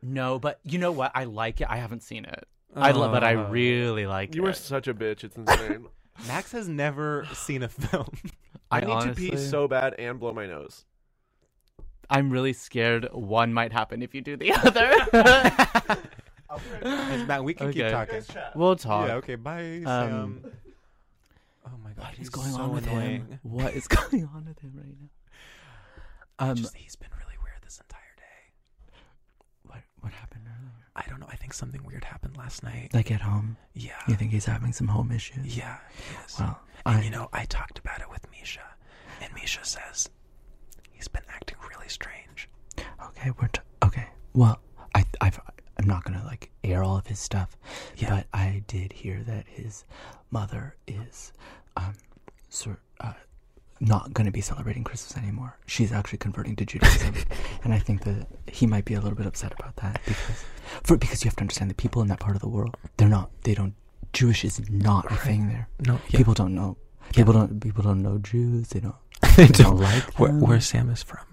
E: No, but you know what? I like it. I haven't seen it. I love, but I
F: Oh.
E: really like
D: You
E: it.
D: are such a bitch. It's insane.
F: Max has never seen a film.
D: I,
E: I
D: need to pee
E: honestly-
D: so bad and blow my nose.
E: I'm really scared one might happen if you do the other.
F: Matt, we can keep
E: Okay.
F: talking.
E: We'll talk.
F: Yeah, okay, bye,
E: Um,
F: Sam. Oh my god,
E: What
F: he's
E: is going
F: so
E: on with
F: annoying.
E: him? What is going on with him right now? Um,
F: Just, he's been really weird this entire day.
E: what what happened earlier?
F: I don't know. I think something weird happened last night.
E: Like at home?
F: Yeah.
E: You think he's having some home issues?
F: Yeah. Yes.
E: Well,
F: and
E: I-
F: you know, I talked about it with Misha, and Misha says he's been acting really strange.
E: Okay, we're t- okay. Well, I I've, I'm not gonna like air all of his stuff, but I did hear that his mother is um sort uh, not gonna be celebrating Christmas anymore. She's actually converting to Judaism, and I think that he might be a little bit upset about that because for because you have to understand the people in that part of the world they're not they don't Jewish is not a thing there.
F: No, yeah.
E: people don't know. People don't. People don't know Jews. They don't.
F: They
E: They don't
F: don't.
E: like
F: Where,
E: them.
F: where Sam is from.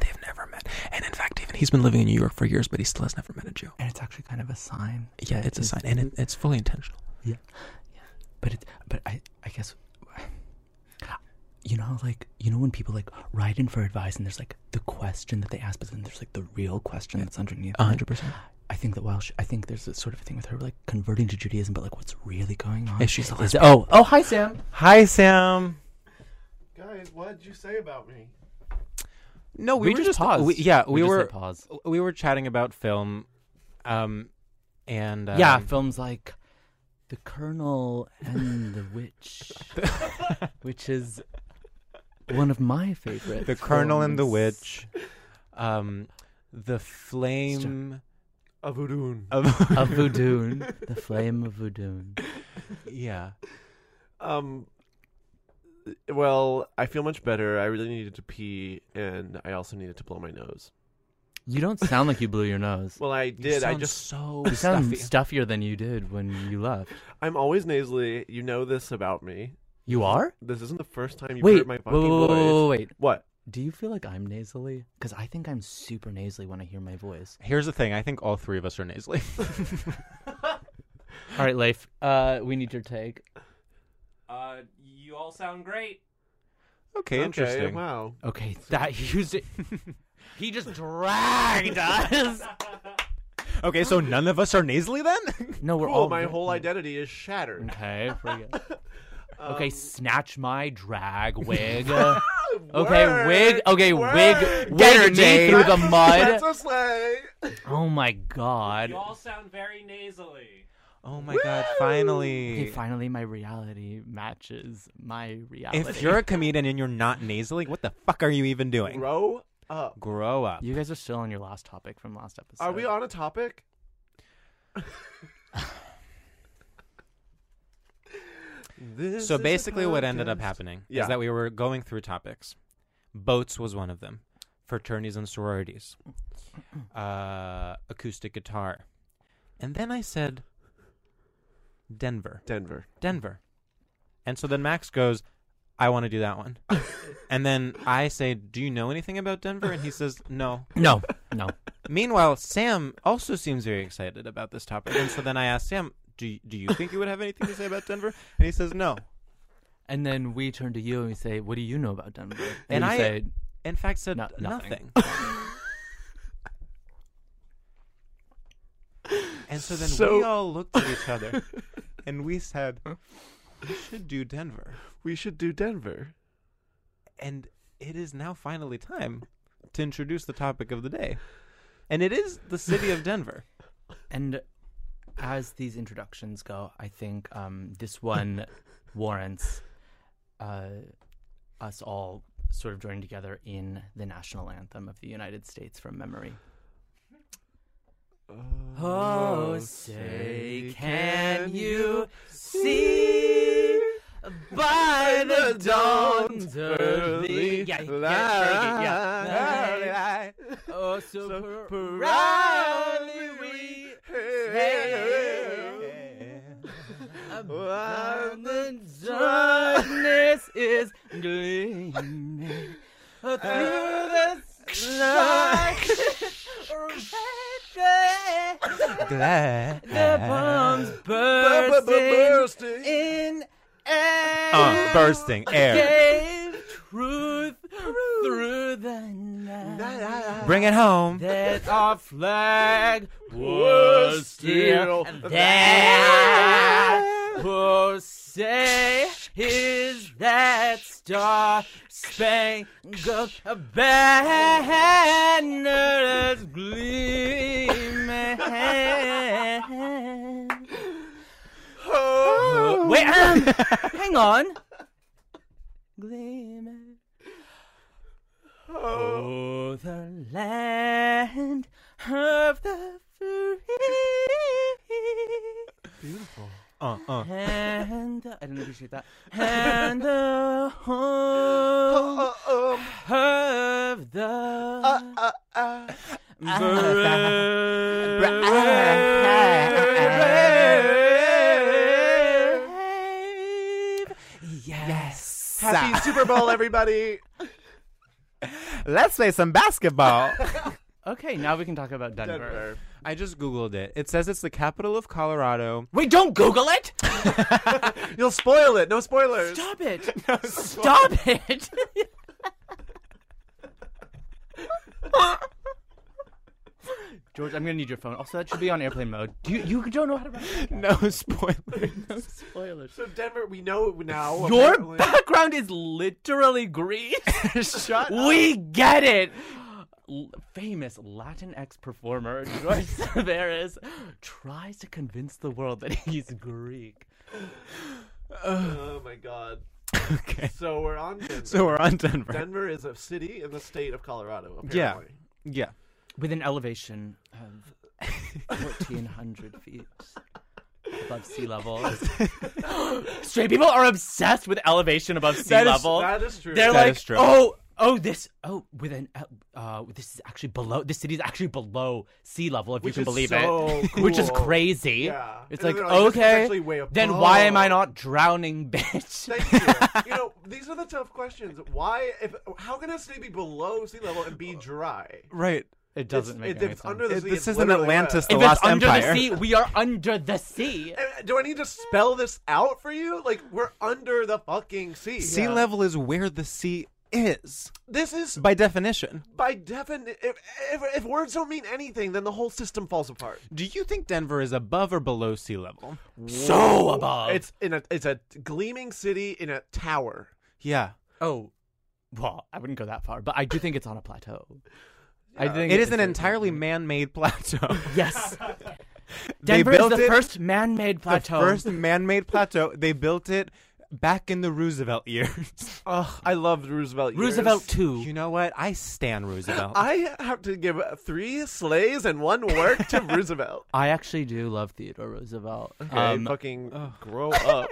F: They've never met. And in fact, even he's been living in New York for years, but he still has never met a Jew.
E: And it's actually kind of a sign.
F: Yeah,
E: that
F: it's a sign, and it, it's fully intentional.
E: Yeah, yeah. But it, but I, I guess, you know, how, like you know when people like write in for advice, and there's like the question that they ask, but then there's like the real question that's underneath.
F: A
E: it.
F: hundred percent.
E: I think that while she, I think there's a sort of a thing with her like converting to Judaism, but like what's really going on?
F: Yeah, she's a
E: is-
F: lesbian.
E: Oh, oh, hi Sam.
F: Hi, Sam.
D: Guys, what did you say about me?
F: No, we,
E: We
F: were
E: just
F: just
E: paused.
F: we- yeah,
E: We
F: we,
E: just
F: were
E: said pause.
F: We were chatting about film, um, and um,
E: yeah, films like The Colonel and the Witch, which is one of my favorites.
F: the Colonel and the
E: films.
F: Witch, um, the Flame
D: A voodoo.
F: of
E: of Voodoo, the flame of Voodoo.
F: yeah.
D: Um. Well, I feel much better. I really needed to pee, and I also needed to blow my nose.
E: You don't sound like you blew your nose.
D: Well, I did. I
F: sound
D: just.
F: so
E: you sound
F: stuffy.
E: stuffier than you did when you left.
D: I'm always nasally. You know this about me.
E: You are?
D: This isn't the first time you've
E: Wait,
D: heard my
E: wait,
D: fucking
E: wait, wait, wait,
D: voice.
E: wait.
D: What?
E: Do you feel like I'm nasally? Because I think I'm super nasally when I hear my voice.
F: Here's the thing. I think all three of us are nasally.
E: All right, Leif, uh, we need your take.
J: Uh, you all sound great.
F: okay,
D: Okay.
F: interesting.
D: Wow.
E: Okay, that he used it. he just dragged us.
F: Okay, so none of us are nasally then.
E: No, we're
D: Cool.
E: all
D: My
E: good.
D: whole identity is shattered.
E: Okay, pretty good. okay,
D: Um,
E: snatch my drag wig. okay, wig.
D: Work,
E: Okay,
D: work.
E: wig. Get her me through the mud.
D: That's a slay.
E: Oh my god.
J: You all sound very nasally.
F: Oh my god! Finally.
E: Okay, finally my reality matches my reality.
F: If you're a comedian and you're not nasally, what the fuck are you even doing?
D: Grow up.
F: Grow up.
E: you guys are still on your last topic from last episode.
D: Are we on a topic? This
F: So
D: is a
F: basically, what ended up
D: podcast.
F: happening
D: Yeah.
F: is that we were going through topics. Boats was one of them, fraternities and sororities, uh, acoustic guitar. And then I said, Denver.
D: Denver.
F: Denver. And so then Max goes, I want to do that one. and then I say, Do you know anything about Denver? And he says, No.
E: No, no.
F: Meanwhile, Sam also seems very excited about this topic. And so then I asked Sam, Do, y- do you think you would have anything to say about Denver? And he says, No.
E: And then we turn to you and we say, "What do you know about Denver?"
F: And
E: you
F: I,
E: say,
F: in fact, said
E: "No-
F: nothing.
E: nothing."
F: and so then we
D: So-
F: all looked at each other and we said, we should do Denver.
D: We should do Denver.
F: And it is now finally time to introduce the topic of the day. And it is the city of Denver.
E: And as these introductions go, I think um, this one warrants uh, us all sort of joining together in the national anthem of the United States from memory.
F: Oh, say, can you see by the dawn's early
E: Yeah, yeah,
F: light?
E: yeah,
F: Oh, so, proudly we hail. While the darkness is gleaming through the sunlight.
K: Glad.
F: The bombs
K: bu-
F: bursting in air.
L: Uh, bursting air.
F: Gave truth through the night.
L: Bring it home.
F: That our flag was still there. Oh, say is that star spangled banner that's gleaming? Oh, wait, um, hang on. Gleaming. Oh, the land of the free.
K: Beautiful.
L: Uh, uh.
F: And I didn't appreciate that. And the home of the brave. Yes.
C: Happy Super Bowl, everybody.
L: Let's play some basketball.
E: Okay, now we can talk about Denver.
L: I just Googled it. It says it's the capital of Colorado.
E: Wait, don't Google it!
C: You'll spoil it. No spoilers.
E: Stop it! Stop it! George, I'm gonna need your phone. Also, that should be on airplane mode. Do you, you don't know how to run a
L: No spoilers.
E: no spoilers.
C: So Denver, we know now.
E: Your
C: apparently.
E: background is literally Greece.
C: Shut
E: we get it. L- famous Latinx performer George Severis tries to convince the world that he's Greek.
C: oh my god.
L: Okay.
C: So we're on Denver.
L: So we're on Denver.
C: Denver is a city in the state of Colorado,
L: Yeah.
C: apparently.
L: Yeah.
E: With an elevation of 1,400 feet above sea level. Straight people are obsessed with elevation above sea
C: That is-
E: level.
C: that is true.
E: They're
C: That
E: like,
C: is true.
E: oh, oh, this, oh, with an, el- uh, this is actually below. This city is actually below sea level, if
C: Which
E: you can believe
C: is so
E: it, which is
C: cool.
E: crazy.
C: Yeah.
E: It's
C: And
E: like,
C: then they're like, this is actually way
E: okay, then why am I
C: above.
E: not drowning, bitch?
C: Thank you. you know, these are the tough questions. Why, if how can a city be below sea level and be dry?
L: Right.
E: It doesn't
C: It's-
E: make
C: it-
E: any
C: it's
E: sense.
C: under the It- sea, this it's
L: isn't literally Atlantis, wet. the
E: If it's
L: Lost
E: under
L: Empire.
E: the sea, we are under the sea.
C: Uh, Do I need to spell this out for you? Like we're under the fucking sea.
L: Sea level is where the sea is.
C: This is
L: By definition.
C: by definition. If, if, if words don't mean anything, then the whole system falls apart.
L: Do you think Denver is above or below sea level?
E: So
C: Whoa.
E: above.
C: It's in a it's a gleaming city in a tower.
L: Yeah.
E: Oh, well, I wouldn't go that far, but I do think it's on a plateau. I
L: Yeah.
E: think
L: it
E: it-
L: is an
E: it's a-
L: entirely man-made plateau.
E: Yes.
L: They
E: Denver is
L: built
E: the
L: it-
E: first man-made
L: the
E: plateau.
L: first man-made plateau. They built it back in the Roosevelt years.
C: Oh, I love Roosevelt. years.
E: Roosevelt too.
L: You know what? I stan Roosevelt.
C: I have to give three sleighs and one work to Roosevelt.
E: I actually do love Theodore Roosevelt.
C: Okay,
E: Um,
C: fucking grow up.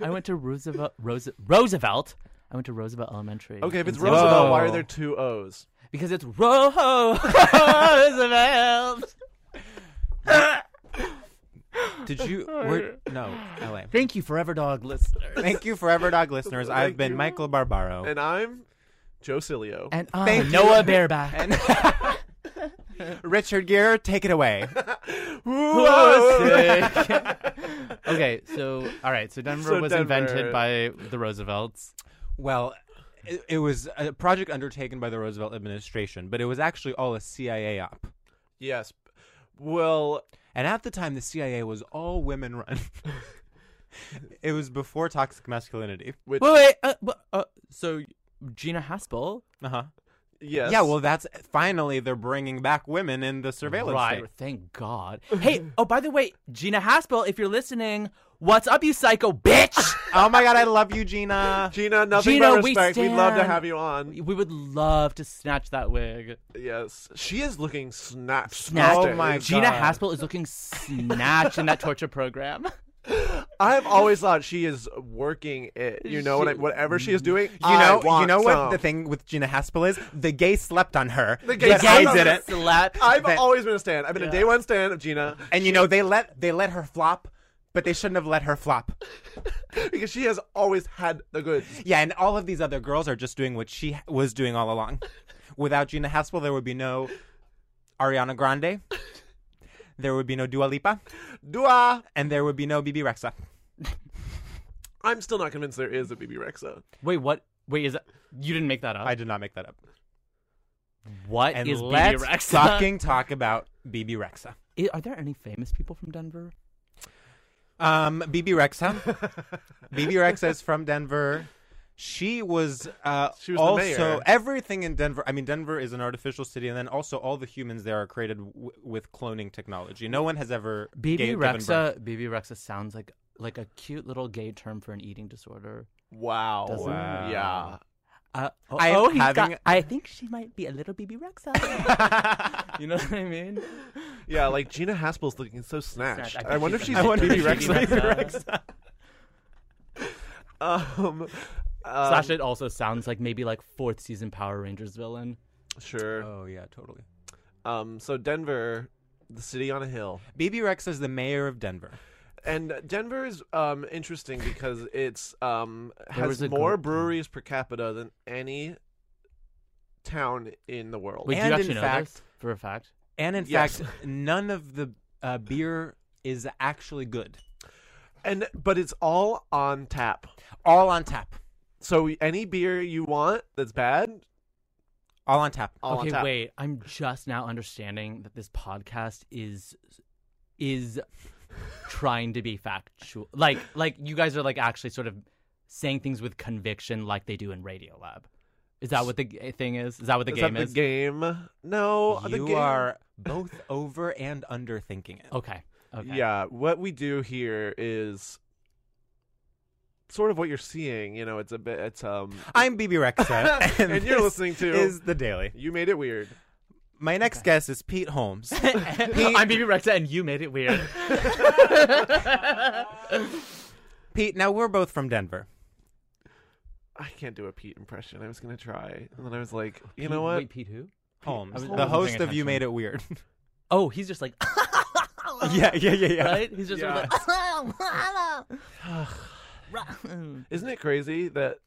E: I went to Roosevelt. Rose, Roosevelt. I went to Roosevelt Elementary.
L: Oh,
C: okay, if
E: in
C: it's
E: San
C: Roosevelt,
E: Francisco.
C: why are there two O's?
E: Because it's Ro- Roosevelt.
L: Did you? Were, no, LA.
E: Thank you, Forever Dog listeners.
L: Thank you, Forever Dog listeners. I've been Michael Barbaro.
C: And I'm Joe Cilio.
E: And uh,
L: Thank you.
E: Noah Bareback.
L: Richard Gere, take it away.
E: okay, so all right, so Denver
C: So
E: was
C: Denver-
E: invented by the Roosevelts.
L: well, it, it was a project undertaken by the Roosevelt administration, but it was actually all a CIA op.
C: yes. Well,
L: And at the time, the CIA was all women run. it was before toxic masculinity.
C: which
E: Wait, wait, uh, wha- uh, so Gina Haspel
L: Uh huh.
G: Yes.
F: Uh-huh. Yeah, well, that's finally they're bringing back women in the surveillance.
E: Right.
F: state.
E: Thank God. hey, oh, by the way, Gina Haspel, if you're listening, what's up, you psycho bitch?
F: oh my God, I love you, Gina.
G: Gina, nothing
E: Gina,
G: but
E: we
G: respect. We'd love to
E: stand-
G: have you on.
E: We would love to snatch that wig.
G: Yes, she is looking snatched.
E: Snatched.
G: Oh my
E: Gina
G: God.
E: Haspel is looking snatched in that torture program.
G: I've always thought she is working it. You know, what I- whatever she is doing,
F: You know,
G: I want
F: you know what
G: some.
F: the thing with Gina Haspel is? The gay slept on her.
G: The gay
F: but
G: slept
F: I
G: on her.
F: didn't.
G: I've
F: That-
G: always been a stan. I've been a day one stan of Gina
F: And you know they let they let her flop, but they shouldn't have let her flop.
G: because she has always had the goods.
F: Yeah, and all of these other girls are just doing what she was doing all along. Without Gina Haspel, there would be no Ariana Grande. There would be no Dua Lipa,
G: Dua.
F: and there would be no BB Rexa.
G: I'm still not convinced there is a BB Rexa.
E: Wait, what? Wait, is that you didn't make that up?
F: I did not make that up.
E: What
F: and
E: is BB
F: let's
E: Rexa?
F: fucking talk about BB Rexa.
E: I- Are there any famous people from Denver?
F: Um, BB Rexa. BB Rexa is from Denver. She was, uh,
G: She was the
F: also
G: mayor.
F: everything in Denver. I mean, Denver is an artificial city, and then also all the humans there are created w- with cloning technology. No one has ever gave-
E: BB
F: given birth.
E: Rexa. BB Rexa sounds like like a cute little gay term for an eating disorder.
G: Wow.
E: Doesn't it?
G: Yeah.
E: Uh, oh,
F: I am
E: oh, he's
F: having-
E: got- I think she might be a little BB Rexa. you know what I mean?
G: Yeah, like Gina Haspel's looking so snatched.
E: Snatched. I
G: I,
E: bet
G: wonder if
E: she's
G: she's
E: a- I wonder
G: BB
E: if she's
G: Rexa.
E: BB
G: um, um,
E: Slash, it also sounds like maybe like fourth season Power Rangers villain.
G: Sure.
F: Oh yeah, totally.
G: Um, so Denver, the city on a hill,
F: BB Rexa is the mayor of Denver.
G: and Denver is um interesting because it's um has
E: was a
G: more
E: gr-
G: breweries per capita than any town in the world.
E: Wait, do
F: And
E: you actually
F: in
E: know
F: fact-
E: this for a fact?
F: And in
G: Yes.
F: fact, none of the uh, beer is actually good.
G: And but it's all on tap.
F: All on tap.
G: So any beer you want that's bad,
F: All on tap.
G: all on
E: okay,
G: tap.
E: wait. I'm just now understanding that this podcast is is trying to be factual. Like, like you guys are like actually sort of saying things with conviction, like they do in Radio Lab. Is that what the g- eh, thing is? Is that what the
G: Is
E: game
G: that
E: is?
G: the game? No, the
F: you
G: game-
F: are both over and underthinking it.
E: Okay. Okay.
G: Yeah, what we do here is sort of what you're seeing. You know, it's a bit. It's um.
F: I'm BB Rexa,
G: And you're
F: this
G: listening to-
F: is the Daily.
G: You made it weird.
F: My next guest is Pete Holmes.
E: I'm BB Rexa, and you made it weird.
F: Pete, now we're both from Denver.
G: I can't do a Pete impression. I was gonna try, and then I was like, you know what?
E: Wait, Pete, who?
F: Holmes,
E: I was- I
F: the
E: wasn't
F: host of
E: paying
F: You
E: attention.
F: Made It Weird.
E: Oh, he's just like,
F: yeah, yeah, yeah, yeah.
E: right? He's just sort of like,
G: Isn't it crazy that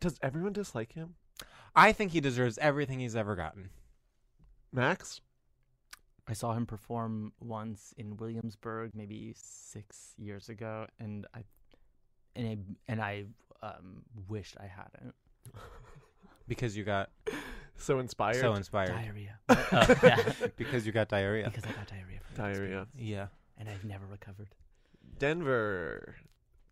G: does everyone dislike him?
F: I think he deserves everything he's ever gotten.
G: Max?
E: I saw him perform once in Williamsburg, maybe six years ago, and I and I and I um, wished I hadn't.
F: Because you got
G: So inspired.
F: so inspired. Oh,
E: Diarrhea. Uh, yeah,
F: Because you got diarrhea.
E: because I got diarrhea, from
G: Diarrhea.
F: Yeah.
E: and I've never recovered.
G: Denver.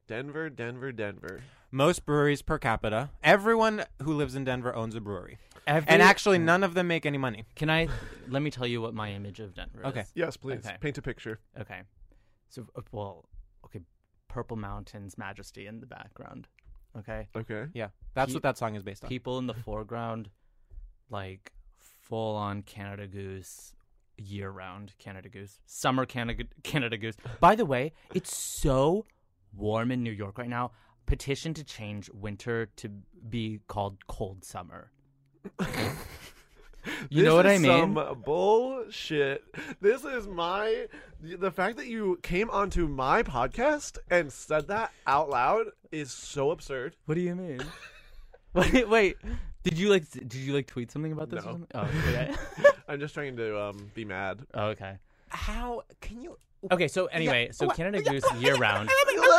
G: Denver, Denver, Denver.
F: Most breweries per capita. Everyone who lives in Denver owns a brewery.
E: Every,
F: And actually, none of them make any money.
E: can I let me tell you what my image of Denver
F: Okay.
E: is?
G: Yes, please.
E: Okay.
G: Paint a picture.
E: Okay. So, uh, well, okay, purple mountains, majesty in the background. Okay.
G: Okay.
F: Yeah. That's
E: Pe-
F: what that song is based on.
E: People in the foreground, like full on Canada Goose, year round Canada Goose, summer Canada Canada Goose. By the way, it's so warm in New York right now. Petition to change winter to be called cold summer. you
G: This
E: know what I
G: is
E: mean?
G: Some bullshit. This is my the fact that you came onto my podcast and said that out loud is so absurd.
E: What do you mean? wait, wait. Did you like? Did you like tweet something about this? Or
G: No.
E: something? Oh, okay.
G: I'm just trying to um be mad.
E: oh, okay.
F: How can you.
E: Okay. So anyway, so Canada Goose year round.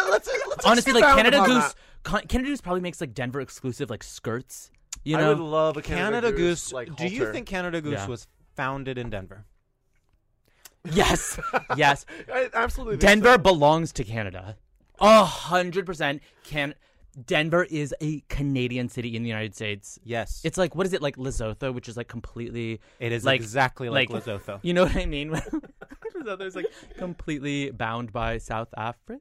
G: Let's- let's
E: Honestly, like
G: expound
E: Canada
G: upon
E: Goose,
G: that.
E: Con- Canada Goose probably makes like Denver exclusive like skirts. You
G: I would
E: know,
G: love a Canada,
F: Canada
G: Goose.
F: Goose.
G: like,
F: do you
G: halter.
F: think Canada Goose
E: Yeah.
F: was founded in Denver?
E: yes, yes.
G: I absolutely think
E: Denver
G: so.
E: belongs to Canada, a hundred percent. Can Denver is a Canadian city in the United States.
F: Yes.
E: It's like what is it like Lesotho, which is like completely
F: It is exactly like Lesotho.
E: You know what I mean? Lesotho is like completely bound by South Africa,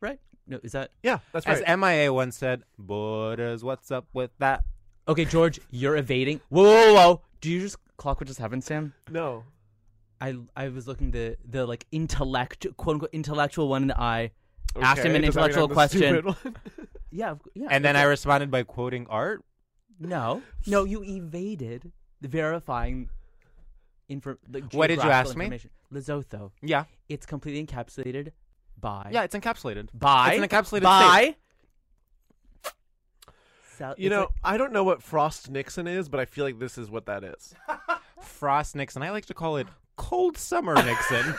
E: right? No, is that
G: Yeah, that's
F: As
G: right.
F: MIA once said, borders, what's up with that?
E: Okay, George, you're evading. Whoa, whoa, whoa. Do you just clock what just happened, Sam?
G: No.
E: I I was looking the the like intellect quote unquote intellectual one in the eye. asked him an intellectual question. yeah, of cou- yeah.
F: And then
E: okay.
F: I responded by quoting art.
E: No, no, you evaded verifying. Infor- like,
F: What did you
E: geographical
F: ask me?
E: information. Lesotho.
F: Yeah.
E: it's completely encapsulated by.
F: Yeah, it's encapsulated.
E: by
F: It's an encapsulated
E: by.
F: state.
E: South,
G: You
E: it's
G: know,
E: like-
G: I don't know what Frost Nixon is, but I feel like this is what that is.
F: Frost Nixon. I like to call it cold summer Nixon.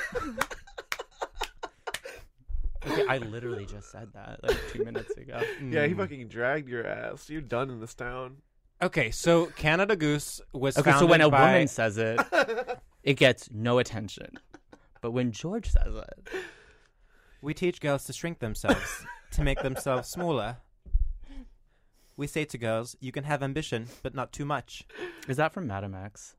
E: Okay, I literally just said that like two minutes ago.
G: Yeah, he fucking dragged your ass. You're done in this town.
F: okay, so Canada Goose was
E: Okay, so
F: founded
E: when a
F: by-
E: woman says it, it gets no attention. But when George says it,
F: We teach girls to shrink themselves to make themselves smaller. We say to girls, you can have ambition, but not too much.
E: is that from Madam X?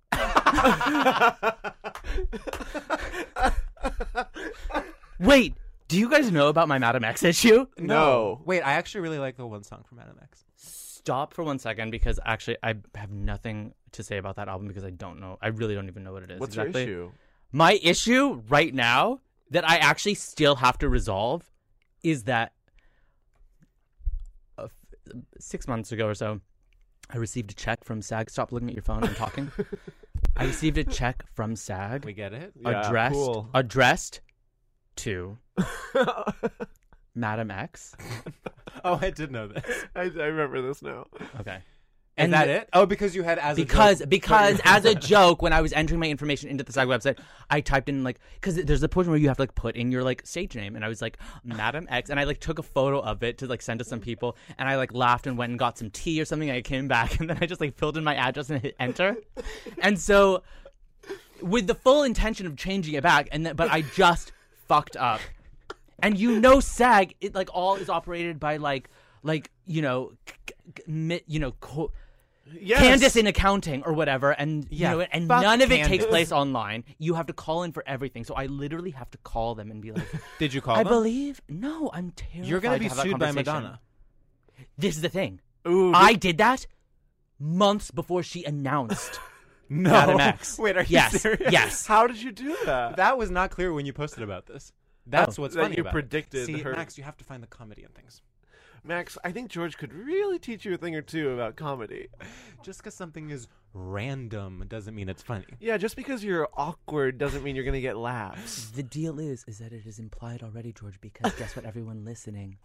E: Wait, do you guys know about my Madam X issue?
F: Wait, I actually really like the one song from Adam X.
E: Stop for one second because actually I have nothing to say about that album because I don't know. I really don't even know what it is.
G: What's your
E: exactly.
G: issue?
E: My issue right now that I actually still have to resolve is that uh, f- six months ago or so, I received a check from SAG. Stop looking at your phone. I'm talking. I received a check from SAG.
F: We get it.
G: Yeah,
E: addressed
G: cool.
E: addressed to Madam X.
F: Oh, I did know this.
G: I, I remember this now.
E: Okay.
F: Is that it? Oh, because you had as a
E: because
F: joke.
E: because as a joke when I was entering my information into the SAG website, I typed in like because there's a portion where you have to like put in your like stage name, and I was like Madam X, and I like took a photo of it to like send to some people, and I like laughed and went and got some tea or something. And I came back, and then I just like filled in my address and hit enter, and so with the full intention of changing it back, and then but I just fucked up, and you know SAG it like all is operated by like like you know c- c- mi- you know. Co-
G: Yes.
E: Candace in accounting or whatever, and
F: Yeah,
E: you know, and
F: fuck
E: none of it takes
F: Candace.
E: place online. You have to call in for everything, so I literally have to call them and be like,
F: Did you call
E: "I
F: them?
E: believe." No, I'm terrified.
F: You're
E: going to
F: be
E: have that
F: sued by
E: conversation.
F: Madonna.
E: This is the thing.
G: Ooh,
E: I did that months before she announced.
F: No.
E: Madam X.
F: Oh, Wait, are you
E: yes,
F: serious?
E: Yes.
G: How did you do that?
F: That was not clear when you posted about this.
E: Oh.
F: That's what's
G: That
F: funny
G: you
F: about it.
G: predicted
F: See,
G: her-
F: Max, you have to find the comedy in things.
G: Max, I think George could really teach you a thing or two about comedy.
F: Just because something is random doesn't mean it's funny.
G: Yeah, just because you're awkward doesn't mean you're going to get laughs.
E: The deal is, is that it is implied already, George. Because guess what? Everyone listening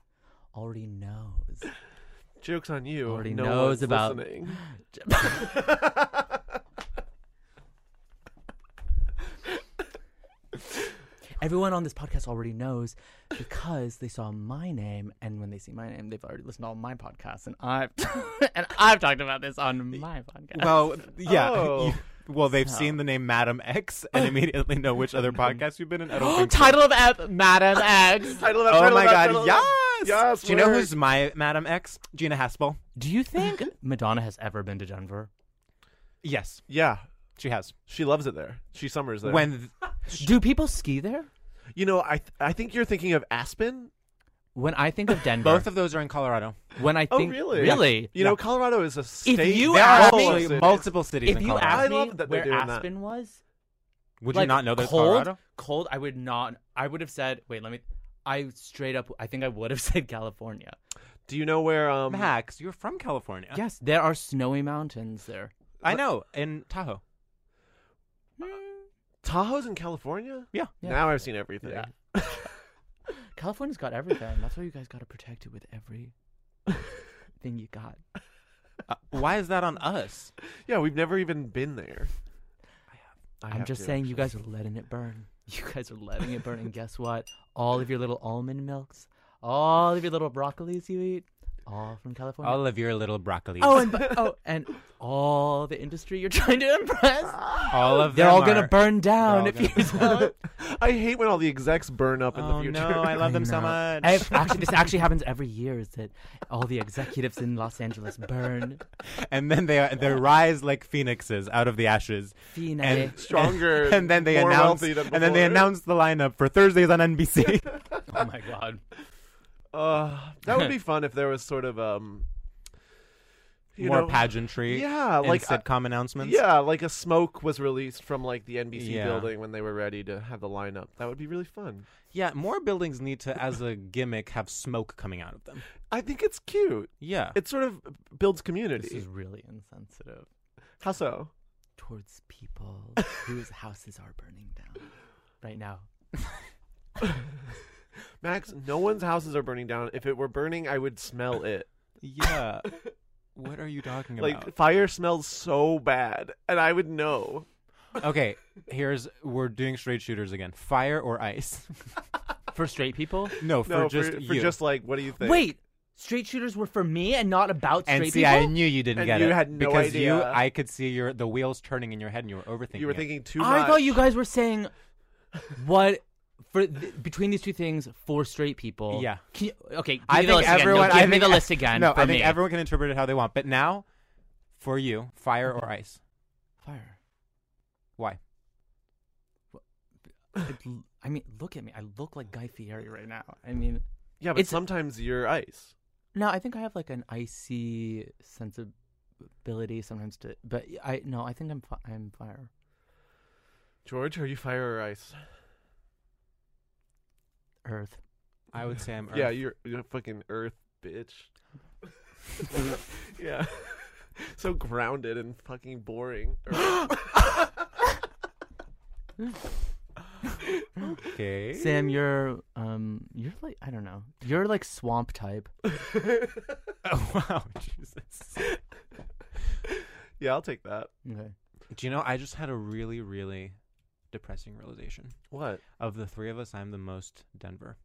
E: already knows.
G: Joke's on you.
E: Already
G: no
E: knows
G: one's
E: about-
G: Listening.
E: Everyone on this podcast already knows because they saw my name, and when they see my name, they've already listened to all my podcasts, and I've and I've talked about this on my podcast.
F: Well, yeah.
G: Oh.
F: you- well, they've seen the name Madam X and immediately know which other podcast you've been in. I don't think so.
E: title of ep, Madam X.
G: I love that,
F: Oh
G: I love
F: my
G: that, I
F: God!
G: love
F: Yes.
G: that. Yes,
F: Do you know
G: work.
F: who's my Madam X? Gina Haspel.
E: Do you think Madonna has ever been to Denver?
F: Yes,
G: Yeah,
F: she has.
G: she loves it there. She summers there.
F: When th-
E: Do people ski there?
G: you know, I th- I think you're thinking of Aspen.
E: When I think of Denver,
F: both of those are in Colorado.
E: when I
G: Oh,
E: think
G: really?
E: really,
G: You know, Colorado is a state.
E: you
G: There
F: There
G: are
F: are
E: ask
G: multiple
F: actually
G: cities.
F: multiple cities
E: if
F: in
E: you
F: Colorado.
E: asked
G: I
E: me
G: love that they're
E: where
G: doing that.
E: Aspen was,
F: Would you
E: like,
F: not know there's
E: cold,
F: Colorado?
E: Cold. I would not. I would have said. Wait, let me. I straight up. I think I would have said California.
G: Do you know where? Um,
F: Max, you're from California.
E: Yes, there are snowy mountains there. Mm.
F: I know. In Tahoe.
G: Tahoe's in California.
F: Yeah.
E: Yeah.
G: Now I've seen everything.
E: Yeah. California's got everything. That's why you guys got to protect it with every thing you got.
F: Uh, why is that on us?
G: Yeah, we've never even been there. I
E: I'm
G: have
E: just
G: to,
E: saying, you
G: actually.
E: guys are letting it burn. You guys are letting it burn, and guess what? All of your little almond milks, all of your little broccolis you eat, All from California.
F: All of your little broccoli.
E: Oh, and bu- oh, and all the industry you're trying to impress.
F: All of
E: They're
F: them
E: all gonna
F: are-
E: burn down
F: all
E: if you don't.
G: I hate when all the execs burn up in
F: Oh,
G: the future.
F: no, I love them so much.
E: I've- actually, this actually happens every year. Is that all the executives in Los Angeles burn?
F: and then they they rise like phoenixes out of the ashes.
E: Phoenix.
F: And,
G: Stronger,
F: And, then they
G: more
F: announce.
G: wealthy than
F: And then they
G: before.
F: announce the lineup for Thursdays on NBC.
E: oh my god.
G: Uh, that would be fun if there was sort of um, you
F: More
G: know,
F: pageantry.
G: Yeah,
F: and
G: like uh,
F: sitcom announcements.
G: Yeah, like a smoke was released from like the NBC
F: Yeah.
G: building when they were ready to have the lineup. That would be really fun.
F: Yeah, more buildings need to, as a gimmick, have smoke coming out of them.
G: I think it's cute.
F: Yeah.
G: It sort of builds community.
E: This is really insensitive
G: How so?
E: towards people whose houses are burning down right now.
G: Max, no one's houses are burning down. If it were burning, I would smell it.
F: Yeah. what are you talking
G: Like fire smells so bad, and I would know.
F: okay, here's we're doing straight shooters again. Fire or ice?
E: For straight people?
F: No, for
G: no,
F: just
G: for,
F: you.
G: just like what do you think?
E: Wait, straight shooters were for me and not about
F: and
E: straight
F: see,
E: people.
F: I knew you didn't
G: And
F: get
G: you
F: it
G: had no
F: because you,
G: idea.
F: I could see your the wheels turning in your head, and you were overthinking.
G: you were
F: it.
G: thinking too
E: I
G: much.
E: thought you guys were saying what for th- between these two things for straight people.
F: Yeah.
E: Can you- okay. Give
F: I
E: me
F: think
E: the list
F: everyone.
E: Again. No,
F: I
E: give me
F: think,
E: the list again.
F: No,
E: for
F: I think
E: me.
F: everyone can interpret it how they want. But now, for you, fire or ice?
E: Fire.
F: Why?
E: It l- I mean, look at me. I look like Guy Fieri right now. I mean,
G: Yeah, but
E: it's-
G: sometimes you're ice.
E: no, I think I have like an icy sensibility sometimes. To but I no, I think I'm fi- I'm fire.
G: George, are you fire or ice?
E: Earth.
F: I would say I'm.
G: Yeah,
F: Earth.
G: you're you're a fucking earth bitch. yeah. So grounded and fucking boring.
F: Okay.
E: Sam, you're um, you're like I don't know. You're like swamp type.
F: Oh, wow, Jesus.
G: yeah, I'll take that.
E: Okay.
F: Do you know? I just had a really, really depressing realization.
G: What?
F: Of the three of us, I'm the most Denver.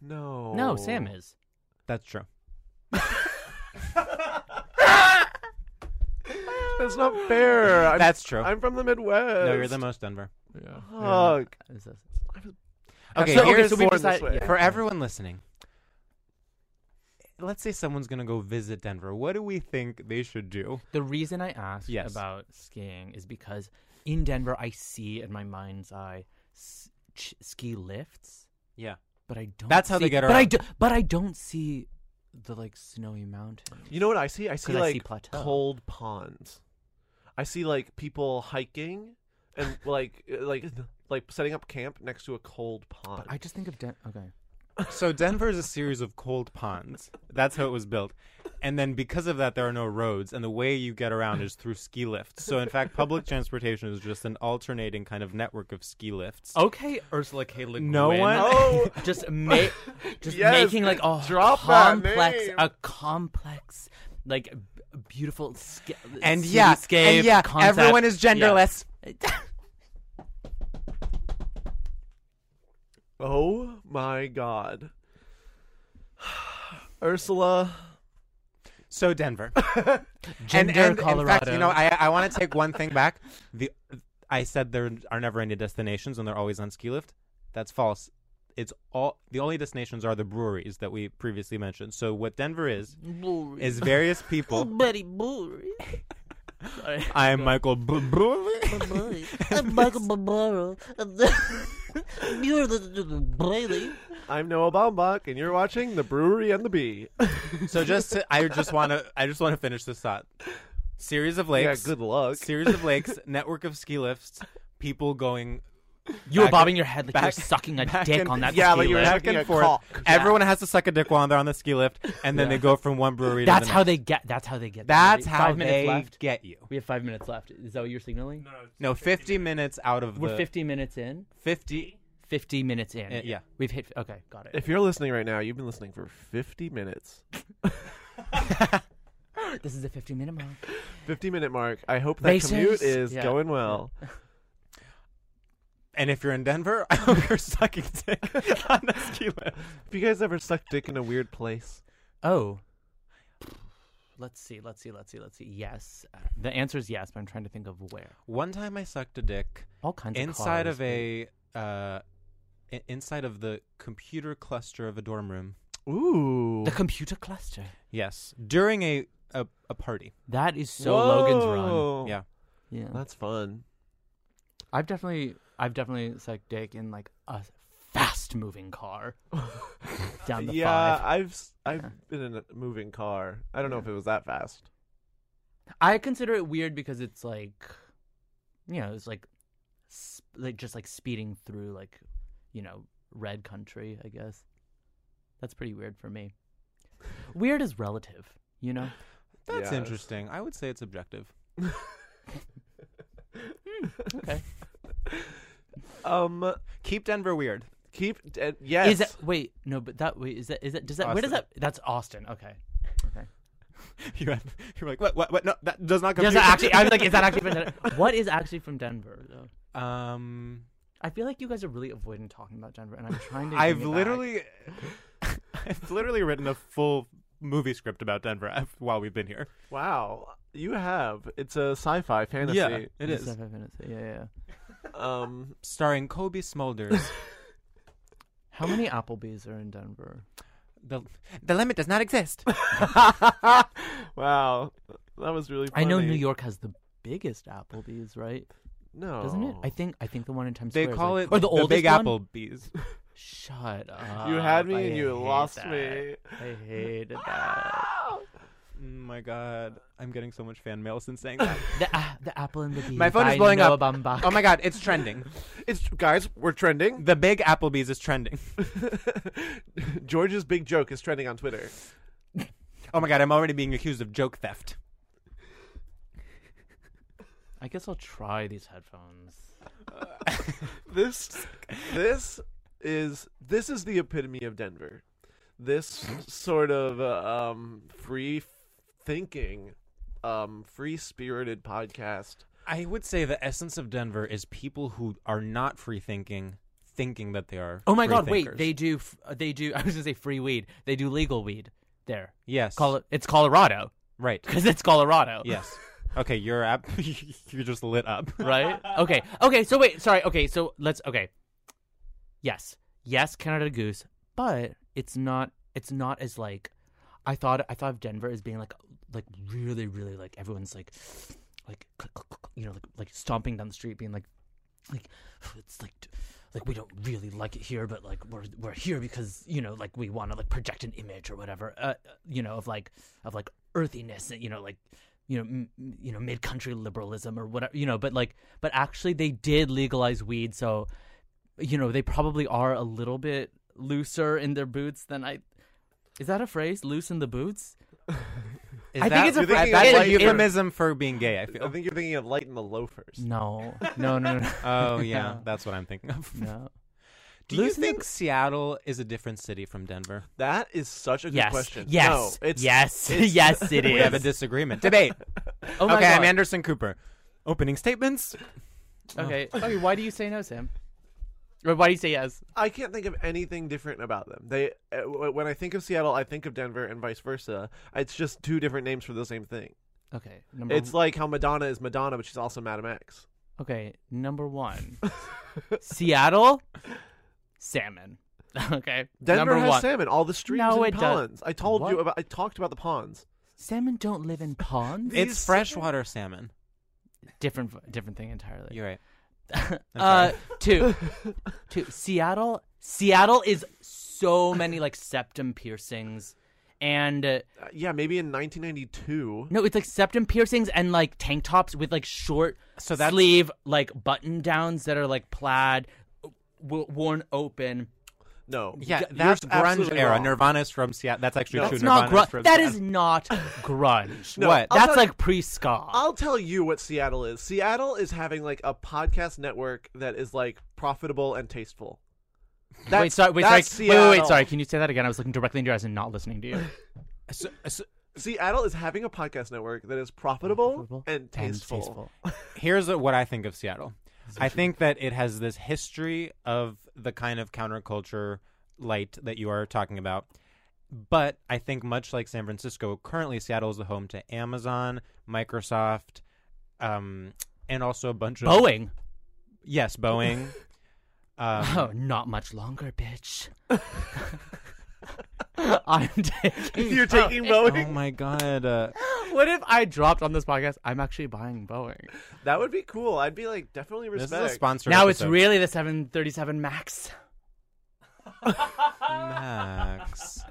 G: No.
E: No, Sam is.
F: That's true.
G: That's not fair. I'm,
F: That's true.
G: I'm from the Midwest.
F: No, you're the most Denver.
E: Yeah.
G: Fuck.
E: Is this-
F: Okay,
E: So- okay,
F: here's
E: so we
F: for-
E: decide-
G: this way.
E: yeah.
F: for everyone listening. Let's say someone's gonna go visit Denver. What do we think they should do?
E: The reason I asked
F: Yes.
E: about skiing is because in Denver, I see in my mind's eye s- ch- ski lifts,
F: Yeah.
E: but I don't.
F: That's how they
E: see-
F: get
E: But I
F: around.
E: do, but I don't see the like snowy mountains.
G: You know what I see? I see
E: 'Cause I see
G: like
E: plateau.
G: cold ponds. I see like people hiking and like uh, like like setting up camp next to a cold pond.
E: But I just think of Den- okay.
F: So Denver is a series of cold ponds. That's how it was built. And then because of that there are no roads and the way you get around is through ski lifts. So in fact public transportation is just an alternating kind of network of ski lifts.
E: Okay, Ursula K. Le
F: No Guin. one-
E: Oh, just ma- just
G: Yes,
E: making like a
G: drop that
E: complex,
G: name.
E: a complex, like b- beautiful sca-
F: And yeah,
E: cityscape
F: and yeah,
E: concept.
F: everyone is
E: Yeah.
F: genderless.
G: Oh my god. Ursula.
F: So Denver.
E: Gender
F: In
E: Colorado.
F: fact, you know, I I want to take one thing back. The I said there are never any destinations and they're always on ski lift. That's false. It's all the only destinations are the breweries that we previously mentioned. So what Denver is is various people.
M: Buddy Boy.
F: I am Michael B- Brewery.
M: I'm Michael Barbaro. You're the, the, the Braley.
G: I'm Noah Baumbach, and you're watching The Brewery and the Bee.
F: So just to, I just want to I just want to finish this thought. Series of lakes.
G: Yeah, good luck.
F: Series of lakes. network of ski lifts. People going
E: You were
F: back-
E: bobbing your head like you were
F: back-
E: sucking a
F: back
E: dick
F: and-
E: on that.
G: yeah,
E: ski
G: like you were
E: lift.
G: having
F: back and
G: a
F: forth.
G: cock.
F: Everyone has to suck a dick while they're on the ski lift, and then they go from one brewery. to
E: That's
F: the
E: how
F: next.
E: they get. That's how they get. there.
F: That's
E: We-
F: how
E: five minutes
F: they
E: left.
F: get you.
E: We have five minutes left. Is that what you're signaling?
F: No, fifty minutes out of
E: We're
F: the
E: 50 minutes in.
F: fifty.
E: 50 minutes in.
F: Uh, yeah.
E: We've hit. Okay, got it.
G: If you're listening right now, you've been listening for 50 minutes.
E: This is a 50 minute mark.
G: 50 minute mark. I hope that
E: Racers.
G: commute is
E: Yeah.
G: going well.
F: And if you're in Denver, I hope you're sucking dick on the ski lift.
G: Have you guys ever sucked dick in a weird place?
E: Oh, Let's see. Let's see. Let's see. Let's see. Yes, Uh, the answer is yes, but I'm trying to think of where.
F: One time I sucked a dick.
E: All kinds of
F: inside
E: cars,
F: of a uh, i- inside of the computer cluster of a dorm room.
G: Ooh.
E: The computer cluster.
F: Yes, during a a, a party.
E: That is so Logan's
G: Whoa.
E: Run.
F: Yeah.
E: Yeah.
G: That's fun.
E: I've definitely, I've definitely sucked dick in like a fast moving car down the
G: yeah,
E: five.
G: I've s- I've been in a moving car. I don't know if it was that fast.
E: I consider it weird because it's like, you know, it's like, sp- like just like speeding through like, you know, red country. I guess that's pretty weird for me. Weird is relative, you know.
F: That's
G: Yeah.
F: interesting. I would say it's objective.
E: Hmm, Okay.
G: Um,
F: keep Denver weird.
G: Keep uh, yes.
E: Is that wait? No, but that wait. Is that is that does that where does that?
G: Austin.
E: That's Austin. Okay. Okay.
F: you had, you're like what what what? No, that does not
E: Does
F: compute.
E: that actually? I'm like, is that actually from Denver? What is actually from Denver though?
F: Um,
E: I feel like you guys are really avoiding talking about Denver, and I'm trying to.
F: I've
E: bring it back.
F: literally, I've literally written a full movie script about Denver uh, while we've been here.
G: Wow, you have. It's a sci-fi fantasy.
F: Yeah, it
E: It's
F: is.
E: seven minutes. Yeah, yeah. yeah.
G: Um,
F: starring Kobe Smulders.
E: How many Applebee's are in Denver?
F: the the limit does not exist.
G: wow, that was really.
E: I
G: Funny.
E: know New York has the biggest Applebee's, right?
G: No,
E: Doesn't it? I think I think the one in Times
F: They
E: Square. is
F: call
E: like-
F: it
E: or
F: the
E: the, oldest
F: Big
E: one?
F: Applebee's.
E: Shut up!
G: You had me
E: Uh, I
G: and you
E: hate
G: lost
E: that.
G: me.
E: I hated that.
F: Mm, my god, I'm getting so much fan mail since saying that.
E: the, uh, the apple and the bee.
F: my phone
E: by
F: is blowing
E: Noah
F: up.
E: Baumbach.
F: Oh my god, it's trending.
G: It's guys, we're trending.
F: The big Applebee's is trending.
G: George's big joke is trending on Twitter.
F: Oh my god, I'm already being accused of joke theft.
E: I guess I'll try these headphones.
G: this this is this is the epitome of Denver. This sort of uh, um, free thinking, um, free spirited podcast.
F: I would say the essence of Denver is people who are not free thinking thinking that they are.
E: Oh my god!
F: freethinkers.
E: Wait, they do. f- uh, They do. I was gonna say free weed. They do legal weed there.
F: Yes.
E: Call it. It's Colorado.
F: Right.
E: Because it's Colorado.
F: Yes. Okay, you're app you just lit up.
E: right? Okay. Okay. So wait. Sorry. Okay. So let's. Okay. Yes. Yes. Canada Goose, but it's not. It's not as like. I thought. I thought of Denver as being like, like really, really like everyone's like, like click, click, click, you know, like like stomping down the street, being like, like it's like. Like we don't really like it here, but like we're we're here because you know, like we want to like project an image or whatever, uh, you know, of like of like earthiness, you know, like you know, m- m- you know, mid-country liberalism or whatever, you know, but like, but actually they did legalize weed, so you know they probably are a little bit looser in their boots than I. Is that a phrase? Loose in the boots?
F: Is
E: I
F: that-
E: think it's a
F: You're
E: phrase.
F: thinking of
E: It-
F: like
E: it-
F: euphemism for being gay, I
G: I
F: feel.
G: think you're thinking of light in the loafers.
E: No, no, no, no.
F: Oh yeah, that's what I'm thinking of.
E: No.
F: Do you
E: Loosen the
F: think Seattle is such a different city from Denver?
G: That is such a good
E: Yes.
G: question.
E: Yes.
G: No, it's,
E: Yes.
G: it's-
E: Yes, it
F: We have a
E: is.
F: disagreement. Debate.
E: Oh my
F: okay, I'm
E: God.
F: Anderson Cooper. Opening statements.
E: Okay. okay. Why do you say no, Sam? Or why do you say yes?
G: I can't think of anything different about them. They uh, w- when I think of Seattle, I think of Denver, and vice versa. It's just two different names for the same thing.
E: Okay. Number
G: it's like how Madonna is Madonna, but she's also Madame X.
E: Okay, number one, Seattle, salmon. okay,
G: Denver
E: number
G: has
E: one.
G: salmon. All the streams
E: No,
G: and
E: it does-
G: ponds. I told you
E: What?
G: about. I talked about the ponds.
E: Salmon don't live in ponds.
F: It's freshwater salmon.
E: different, different thing entirely.
F: You're right.
E: uh, two, two. Seattle, Seattle is so many like septum piercings, and uh,
G: Uh, yeah, maybe in 1992.
E: no, it's like septum piercings and like tank tops with like short
F: So that's-
E: sleeve like button downs that are like plaid, w- worn open.
G: No.
F: Yeah,
G: You're
F: that's grunge
G: absolutely
F: era.
G: wrong.
F: Nirvana's from Seattle. That's actually true.
E: That's not
F: Nirvana's
E: grunge.
F: from
E: That
F: Seattle.
E: is not grunge.
G: No,
F: What?
G: I'll
E: That's
G: tell-
E: like pre-ska.
G: I'll tell you what Seattle is. Seattle is having like a podcast network that is like profitable and tasteful. That's,
E: wait, sorry, wait, sorry,
G: that's
E: wait,
G: Seattle.
E: wait, wait, sorry. Can you say that again? I was looking directly into your eyes and not listening to you.
F: So- so-
G: Seattle is having a podcast network that is profitable,
E: Profitable
G: and tasteful.
F: here's what I think of Seattle. I think that it has this history of the kind of counterculture light that you are talking about, But I think much like San Francisco, currently Seattle is the home to Amazon, Microsoft, um, and also a bunch of
E: Boeing.
F: Yes, Boeing. um,
E: oh, not much longer, bitch. I'm taking.
G: You're taking Boeing?
F: Oh my god. Uh,
E: What if I dropped on this podcast? I'm actually buying Boeing.
G: That would be cool. I'd be like definitely
F: This
G: respect.
F: is a sponsor.
E: now it's really the 737 Max.
F: Max.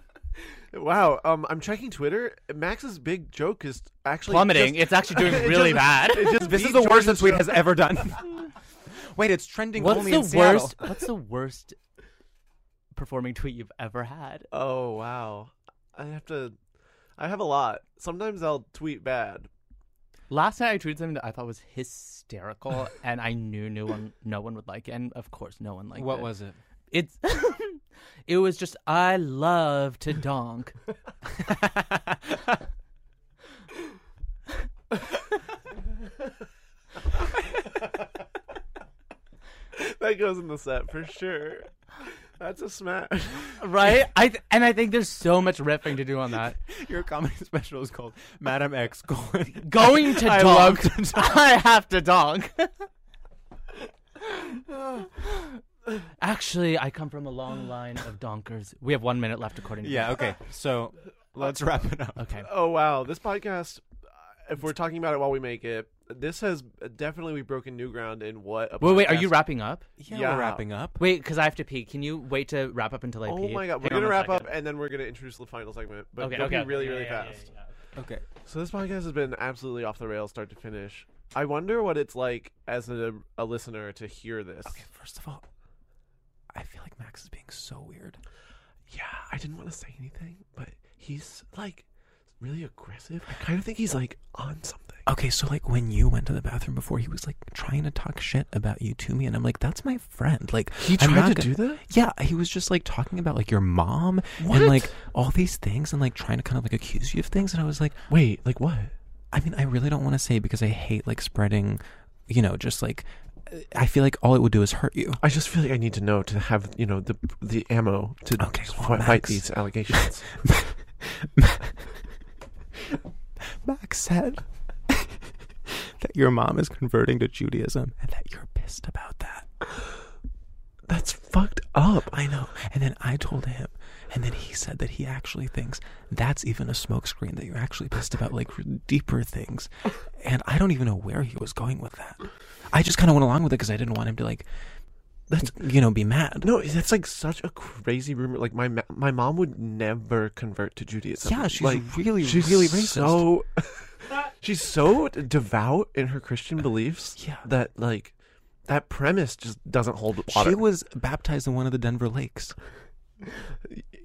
G: Wow, um, I'm checking Twitter. Max's big joke is actually
E: Plummeting.
G: just-
E: It's actually doing
G: It
E: really
G: just-
E: bad.
G: it just
F: This is
G: beat
F: the worst
G: George's
F: this tweet
G: joke.
F: has ever done. Wait, it's trending
E: What's
F: only
E: the
F: in Seattle.
E: worst? What's the worst performing tweet you've ever had?
G: Oh wow, I have to. I have a lot. Sometimes I'll tweet bad.
E: Last night I tweeted something that I thought was hysterical, and I knew no one no one would like it, and of course no one liked
F: What
E: it.
F: was it?
E: It's it was just I love to donk.
G: That goes in the set for sure. That's a smash.
E: right? I th- and I think there's so much riffing to do on that.
F: Your comedy special is called Madam X colon-
E: Going to
F: I love
E: donk, I have to donk. Actually, I come from a long line of donkers. We have one minute left, according to
F: Yeah, okay. So let's wrap it up.
E: Okay.
G: Oh wow, this podcast. If we're talking about it while we make it, this has definitely we've broken new ground in what. A
E: Wait, wait. Are you
G: podcast-
E: wrapping up?
F: Yeah,
G: Yeah.
F: we're wrapping up.
E: Wait, because I have to pee. Can you wait to wrap up until I
G: Oh
E: pee?
G: my god, we're
E: Hang on
G: gonna
E: a
G: wrap up
E: second.
G: and then we're gonna introduce the final segment. But
E: Okay,
G: don't
E: okay.
G: be really,
E: Yeah,
G: really
E: yeah, yeah,
G: fast.
F: Okay.
G: So this podcast has been absolutely off the rails, start to finish. I wonder what it's like as a, a listener to hear this.
F: Okay, first of all, I feel like Max is being so weird.
G: Yeah, I didn't want to say anything, but he's like really aggressive. I kind of think he's like on something.
F: Okay, so like when you went to the bathroom before, he was like trying to talk shit about you to me, and I'm like, that's my friend. Like
G: He
F: I'm
G: tried
F: not
G: to
F: gonna-
G: do that?
F: Yeah, he was just like talking about like your mom
G: What?
F: and like all these things, and like trying to kind of like accuse you of things, and I was like,
G: Wait, like what?
F: I mean, I really don't want to say because I hate like spreading, you know, just like I feel like all it would do is hurt you.
G: I just feel like I need to know to have you know the the ammo to
F: Okay,
G: f-
F: well,
G: fight
F: Max.
G: these allegations.
F: Max said that your mom is converting to Judaism and that you're pissed about that.
G: That's fucked up.
F: I know. And then I told him, and then he said that he actually thinks that's even a smokescreen that you're actually pissed about, like deeper things. And I don't even know where he was going with that. I just kind of went along with it because I didn't want him to like,
G: That's-
F: you know, be mad.
G: No, that's like such a crazy rumor. Like my ma- my mom would never convert to Judaism.
F: Yeah, she's
G: like,
F: really,
G: she's
F: really racist.
G: So she's so devout in her Christian beliefs
F: Yeah.
G: that like that premise just doesn't hold water.
F: She was baptized in one of the Denver lakes,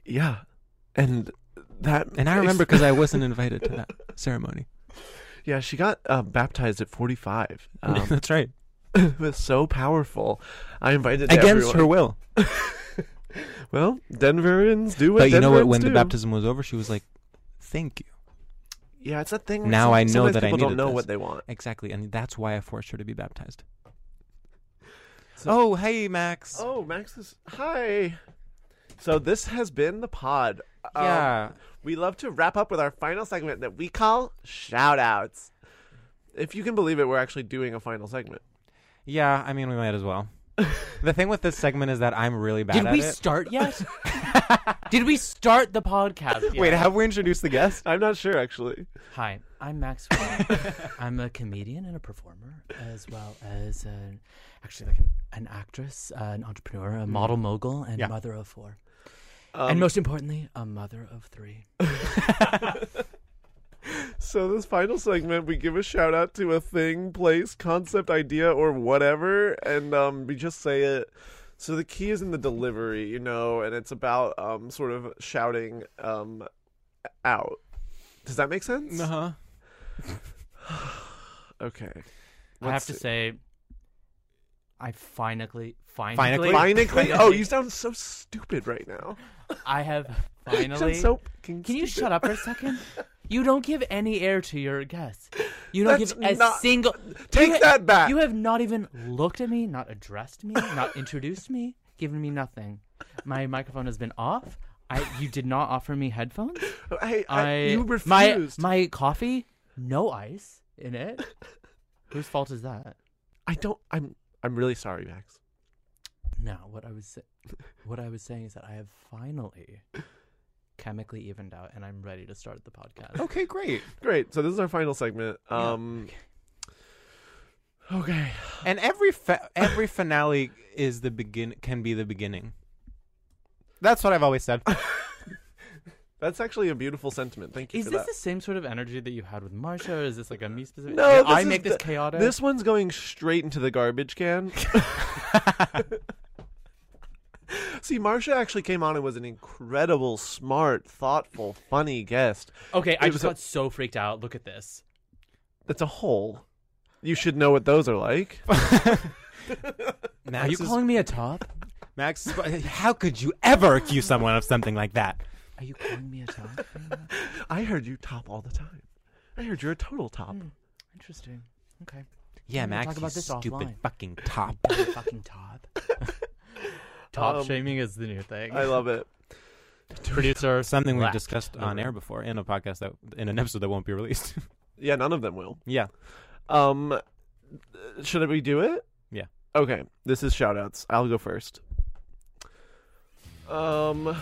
G: yeah, and that
F: and I remember because I wasn't invited to that ceremony.
G: yeah she got uh, baptized at forty five. Um,
F: That's right,
G: it was so powerful. I invited
F: against her
G: everyone.
F: will.
G: Well, Denverans do what.
F: But you know what?
G: Denverans
F: When the
G: do.
F: baptism was over, she was like, "Thank you."
G: yeah, it's a thing. where
F: Now
G: some-
F: I know
G: sometimes
F: that I
G: people don't
F: needed
G: know
F: this.
G: what they want.
F: Exactly, and that's why I forced her to be baptized.
G: So-
F: oh, hey, Max.
G: Oh, Max is hi. So this has been the pod. Um,
F: Yeah.
G: we love to wrap up with our final segment that we call shout outs. If you can believe it, we're actually doing a final segment.
F: Yeah, I mean, we might as well. the thing with this segment is that I'm really bad
E: Did
F: at
E: we
F: it.
E: start yet? Did we start the podcast? Yet?
F: Wait, have we introduced the guest?
G: I'm not sure actually.
E: Hi, I'm Max. Fry. I'm a comedian and a performer, as well as an, actually like an, an actress, uh, an entrepreneur, a model mogul, and
F: Yeah.
E: mother of four.
G: Mm-hmm. Um,
E: and most importantly, a mother of three.
G: so this final segment, we give a shout out to a thing, place, concept, idea, or whatever, and um, we just say it. So the key is in the delivery, you know, and it's about um, sort of shouting um, out. Does that make sense?
F: huh.
G: Okay.
E: I have
G: Let's
E: to
G: see.
E: say, I finally, finally,
F: Finally?
G: Finally, oh, you sound so stupid right now.
E: I have
G: You
E: finally.
G: sound so fucking
E: Can you
G: stupid.
E: shut up for a second? You don't give any air to your guests. You don't
G: That's
E: give a
G: not-
E: single.
G: Take
E: You ha-
G: that back.
E: You have not even looked at me, not addressed me, not introduced me, given me nothing. My microphone has been off. I you did not offer me headphones.
G: I, I- you
E: My,
G: refused.
E: my coffee, no ice in it. Whose fault is that?
G: I don't. I'm. I'm really sorry, Max.
E: No, what I was sa- what I was saying is that I have finally chemically evened out, and I'm ready to start the
G: Oh,
E: podcast.
F: Okay, great.
G: Great. So this is our final segment. Um, okay.
F: And every fa- every finale is the begin can be the beginning. That's what I've always said.
G: That's actually a beautiful sentiment. Thank you
E: Is
G: for
E: this
G: that.
E: the same sort of energy that you had with Marsha? Or is this like a me specific?
G: no,
E: Did
G: this
E: I
G: is
E: make this
G: the-
E: chaotic.
G: This one's going straight into the garbage can. See, Marsha actually came on and was an incredible, smart, thoughtful, funny guest.
E: Okay, I
G: It
E: just
G: was a-
E: got so freaked out. Look at this.
G: That's a hole. You should know what those are like.
F: Max
E: Are you
F: is-
E: calling me a top?
F: Max, is- how could you ever accuse someone of something like that?
E: Are you calling me a top?
G: I heard you top all the time. I heard you're a total top.
E: Hmm. Interesting. Okay.
F: Yeah,
E: I'm
F: Max,
E: gonna Talk about
F: you
E: this
F: stupid
E: offline.
F: fucking top.
E: You fucking top. top
G: Um,
E: shaming is the new thing.
G: I love it.
E: Producer,
F: Something we've
E: Black.
F: discussed on air before in a podcast that in an episode that won't be released.
G: Yeah, none of them will.
F: yeah.
G: Um, should we do it?
F: Yeah.
G: Okay. This is shout outs. I'll go first. Um,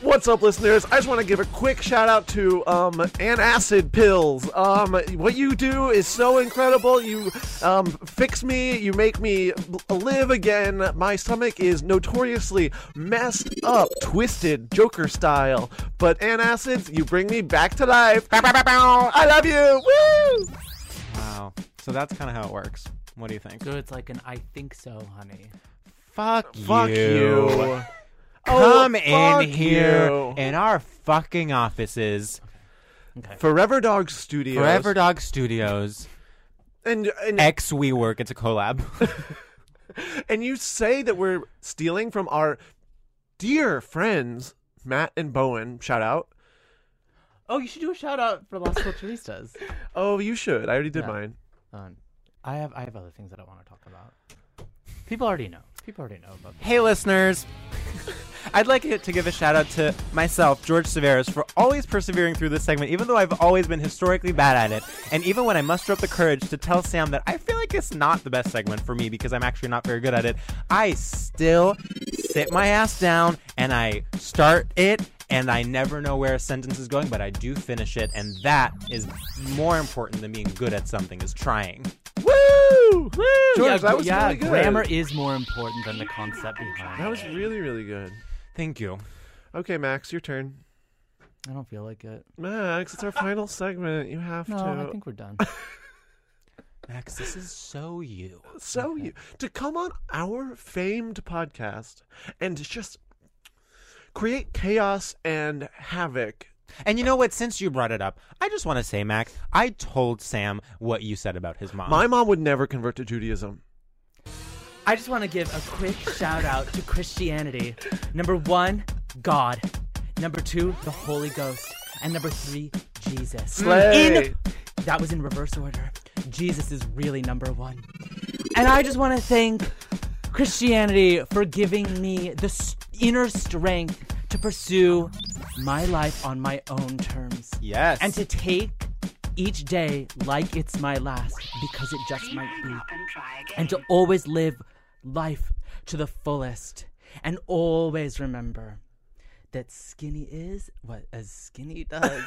G: what's up, listeners? I just want to give a quick shout out to um, antacid pills. Um, what you do is so incredible. You um, fix me. You make me l- live again. My stomach is notoriously messed up, twisted, Joker style. But antacids, you bring me back to life. Bow, bow, bow, bow. I love you. Woo!
F: Wow. So that's kind of how it works. What do you think?
E: So it's like an I think so, honey.
F: Fuck
G: Fuck you.
F: Come
G: Oh, fuck
F: in here
G: you.
F: in our fucking offices,
E: Okay.
G: Forever Dog Studios.
F: Forever Dog Studios,
G: And and,
F: X WeWork. It's a collab.
G: and you say that we're stealing from our dear friends Matt and Bowen. Shout out.
E: Oh, you should do a shout out for Las Culturistas.
G: Oh, you should. I already did
E: Yeah.
G: mine.
E: Um, I have I have other things that I want to talk about. People already know. People already know about.
F: Hey, listeners. I'd like it to give a shout out to myself, George Severus, for always persevering through this segment, even though I've always been historically bad at it. And even when I muster up the courage to tell Sam that I feel like it's not the best segment for me because I'm actually not very good at it, I still sit my ass down and I start it. And I never know where a sentence is going, but I do finish it. And that is more important than being good at something, is trying.
G: Woo! Woo! George,
E: yeah,
G: that was
E: yeah,
G: really good.
E: grammar is more important than the concept behind.
G: That
E: it.
G: was really really good.
F: Thank you.
G: Okay, Max, your turn.
E: I don't feel like it.
G: Max, it's our final segment. You have
E: No,
G: to.
E: I think we're done.
F: Max, this is so you.
G: so you to come on our famed podcast and just create chaos and havoc.
F: And you know what? Since you brought it up, I just want to say, Max, I told Sam what you said about his mom.
G: My mom would never convert to Judaism.
E: I just want to give a quick shout out to Christianity. Number one, God. Number two, the Holy Ghost. And number three, Jesus.
G: Slay.
E: In- that was in reverse order. Jesus is really number one. And I just want to thank Christianity for giving me the s- inner strength to pursue my life on my own terms.
F: Yes.
E: And to take each day like it's my last because it just might be. And to always live life to the fullest. And always remember that skinny is what as skinny does.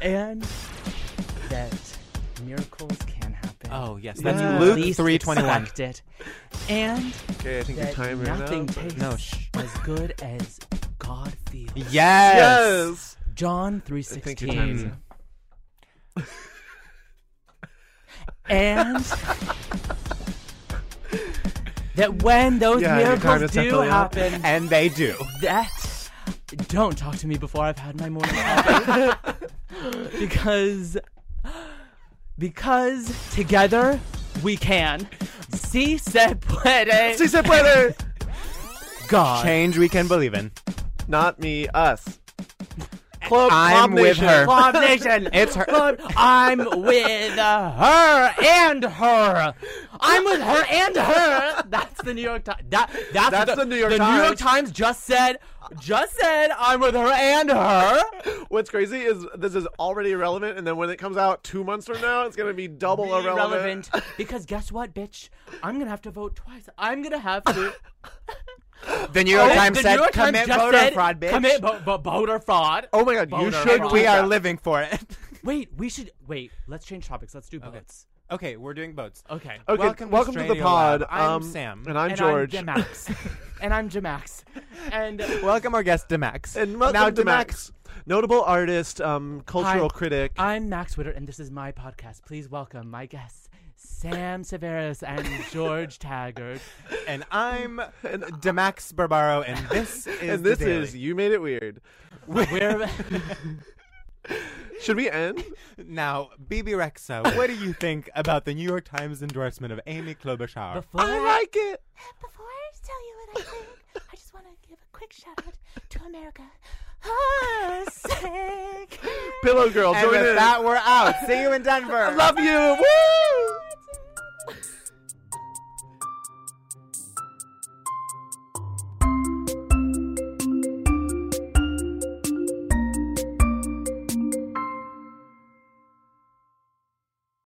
E: and that miracles can happen.
F: Oh, yes. That's
G: Yeah.
F: Luke
E: Least
F: 321.
E: expect it. And
G: Okay, I think your
E: that
G: time ran
E: nothing
G: out.
E: tastes
F: No, shh.
E: as good as God feels.
F: Yes.
G: Yes.
E: John
G: I think your time is
E: 316.
G: up.
E: and that when those
G: Yeah, your time
E: miracles
G: is
E: do
G: definitely up.
E: happen,
F: And they do.
E: that don't talk to me before I've had my morning coffee, because because together we can. Si se puede.
G: Si se puede.
E: God.
F: Change we can believe in.
G: Not me, us.
E: Club,
N: I'm
E: Club
N: with
E: Nation.
N: her.
E: Club Nation.
N: It's her.
E: Club- I'm with her and her. I'm with her and her. That's the New York Times. That, that's
G: That's the New York
E: the New York
G: Times.
E: Times just said. Just said. I'm with her and her.
G: What's crazy is this is already irrelevant, and then when it comes out two months from now, it's gonna be double
E: Be
G: irrelevant.
E: relevant because guess what, bitch? I'm gonna have to vote twice. I'm gonna have to.
N: The New York
E: Oh,
N: Times
E: the
N: said,
E: New York Times
N: "Commit
E: just
N: voter
E: said,
N: fraud, bitch."
E: Commit vo- vo- voter fraud.
N: Oh my God, you
E: Voter
N: should
E: fraud.
N: do We are that. living for it.
E: wait, we should wait. Let's change topics. Let's do boats.
F: Okay, we're doing boats.
E: Okay.
G: Okay,
F: Welcome,
G: welcome
F: to,
G: to the
F: Stradio
G: pod.
F: Lab. I'm
G: Um,
F: Sam,
G: and I'm George.
E: I'm Demax. and I'm Demax. And
F: welcome our guest Demax.
G: And welcome
F: now
G: to Max, notable artist, um, cultural critic.
E: I'm Max Witter, and this is my podcast. Please welcome my guests, Sam Severus and George Taggart.
F: and I'm Demax Barbaro, and this is
G: and
F: The
G: this
F: Daily.
G: is you made it weird.
E: We're
G: Should we end?
F: Now, BB Rexa, what do you think about the New York Times endorsement of Amy Klobuchar?
E: Before-
G: like it.
I: Before I tell you what I think, I just want to give a quick shout out to America. Oh, sick.
G: Pillow Girl,
N: And
G: join
N: with
G: in.
N: that, we're out. See you in Denver.
G: I love you. Woo!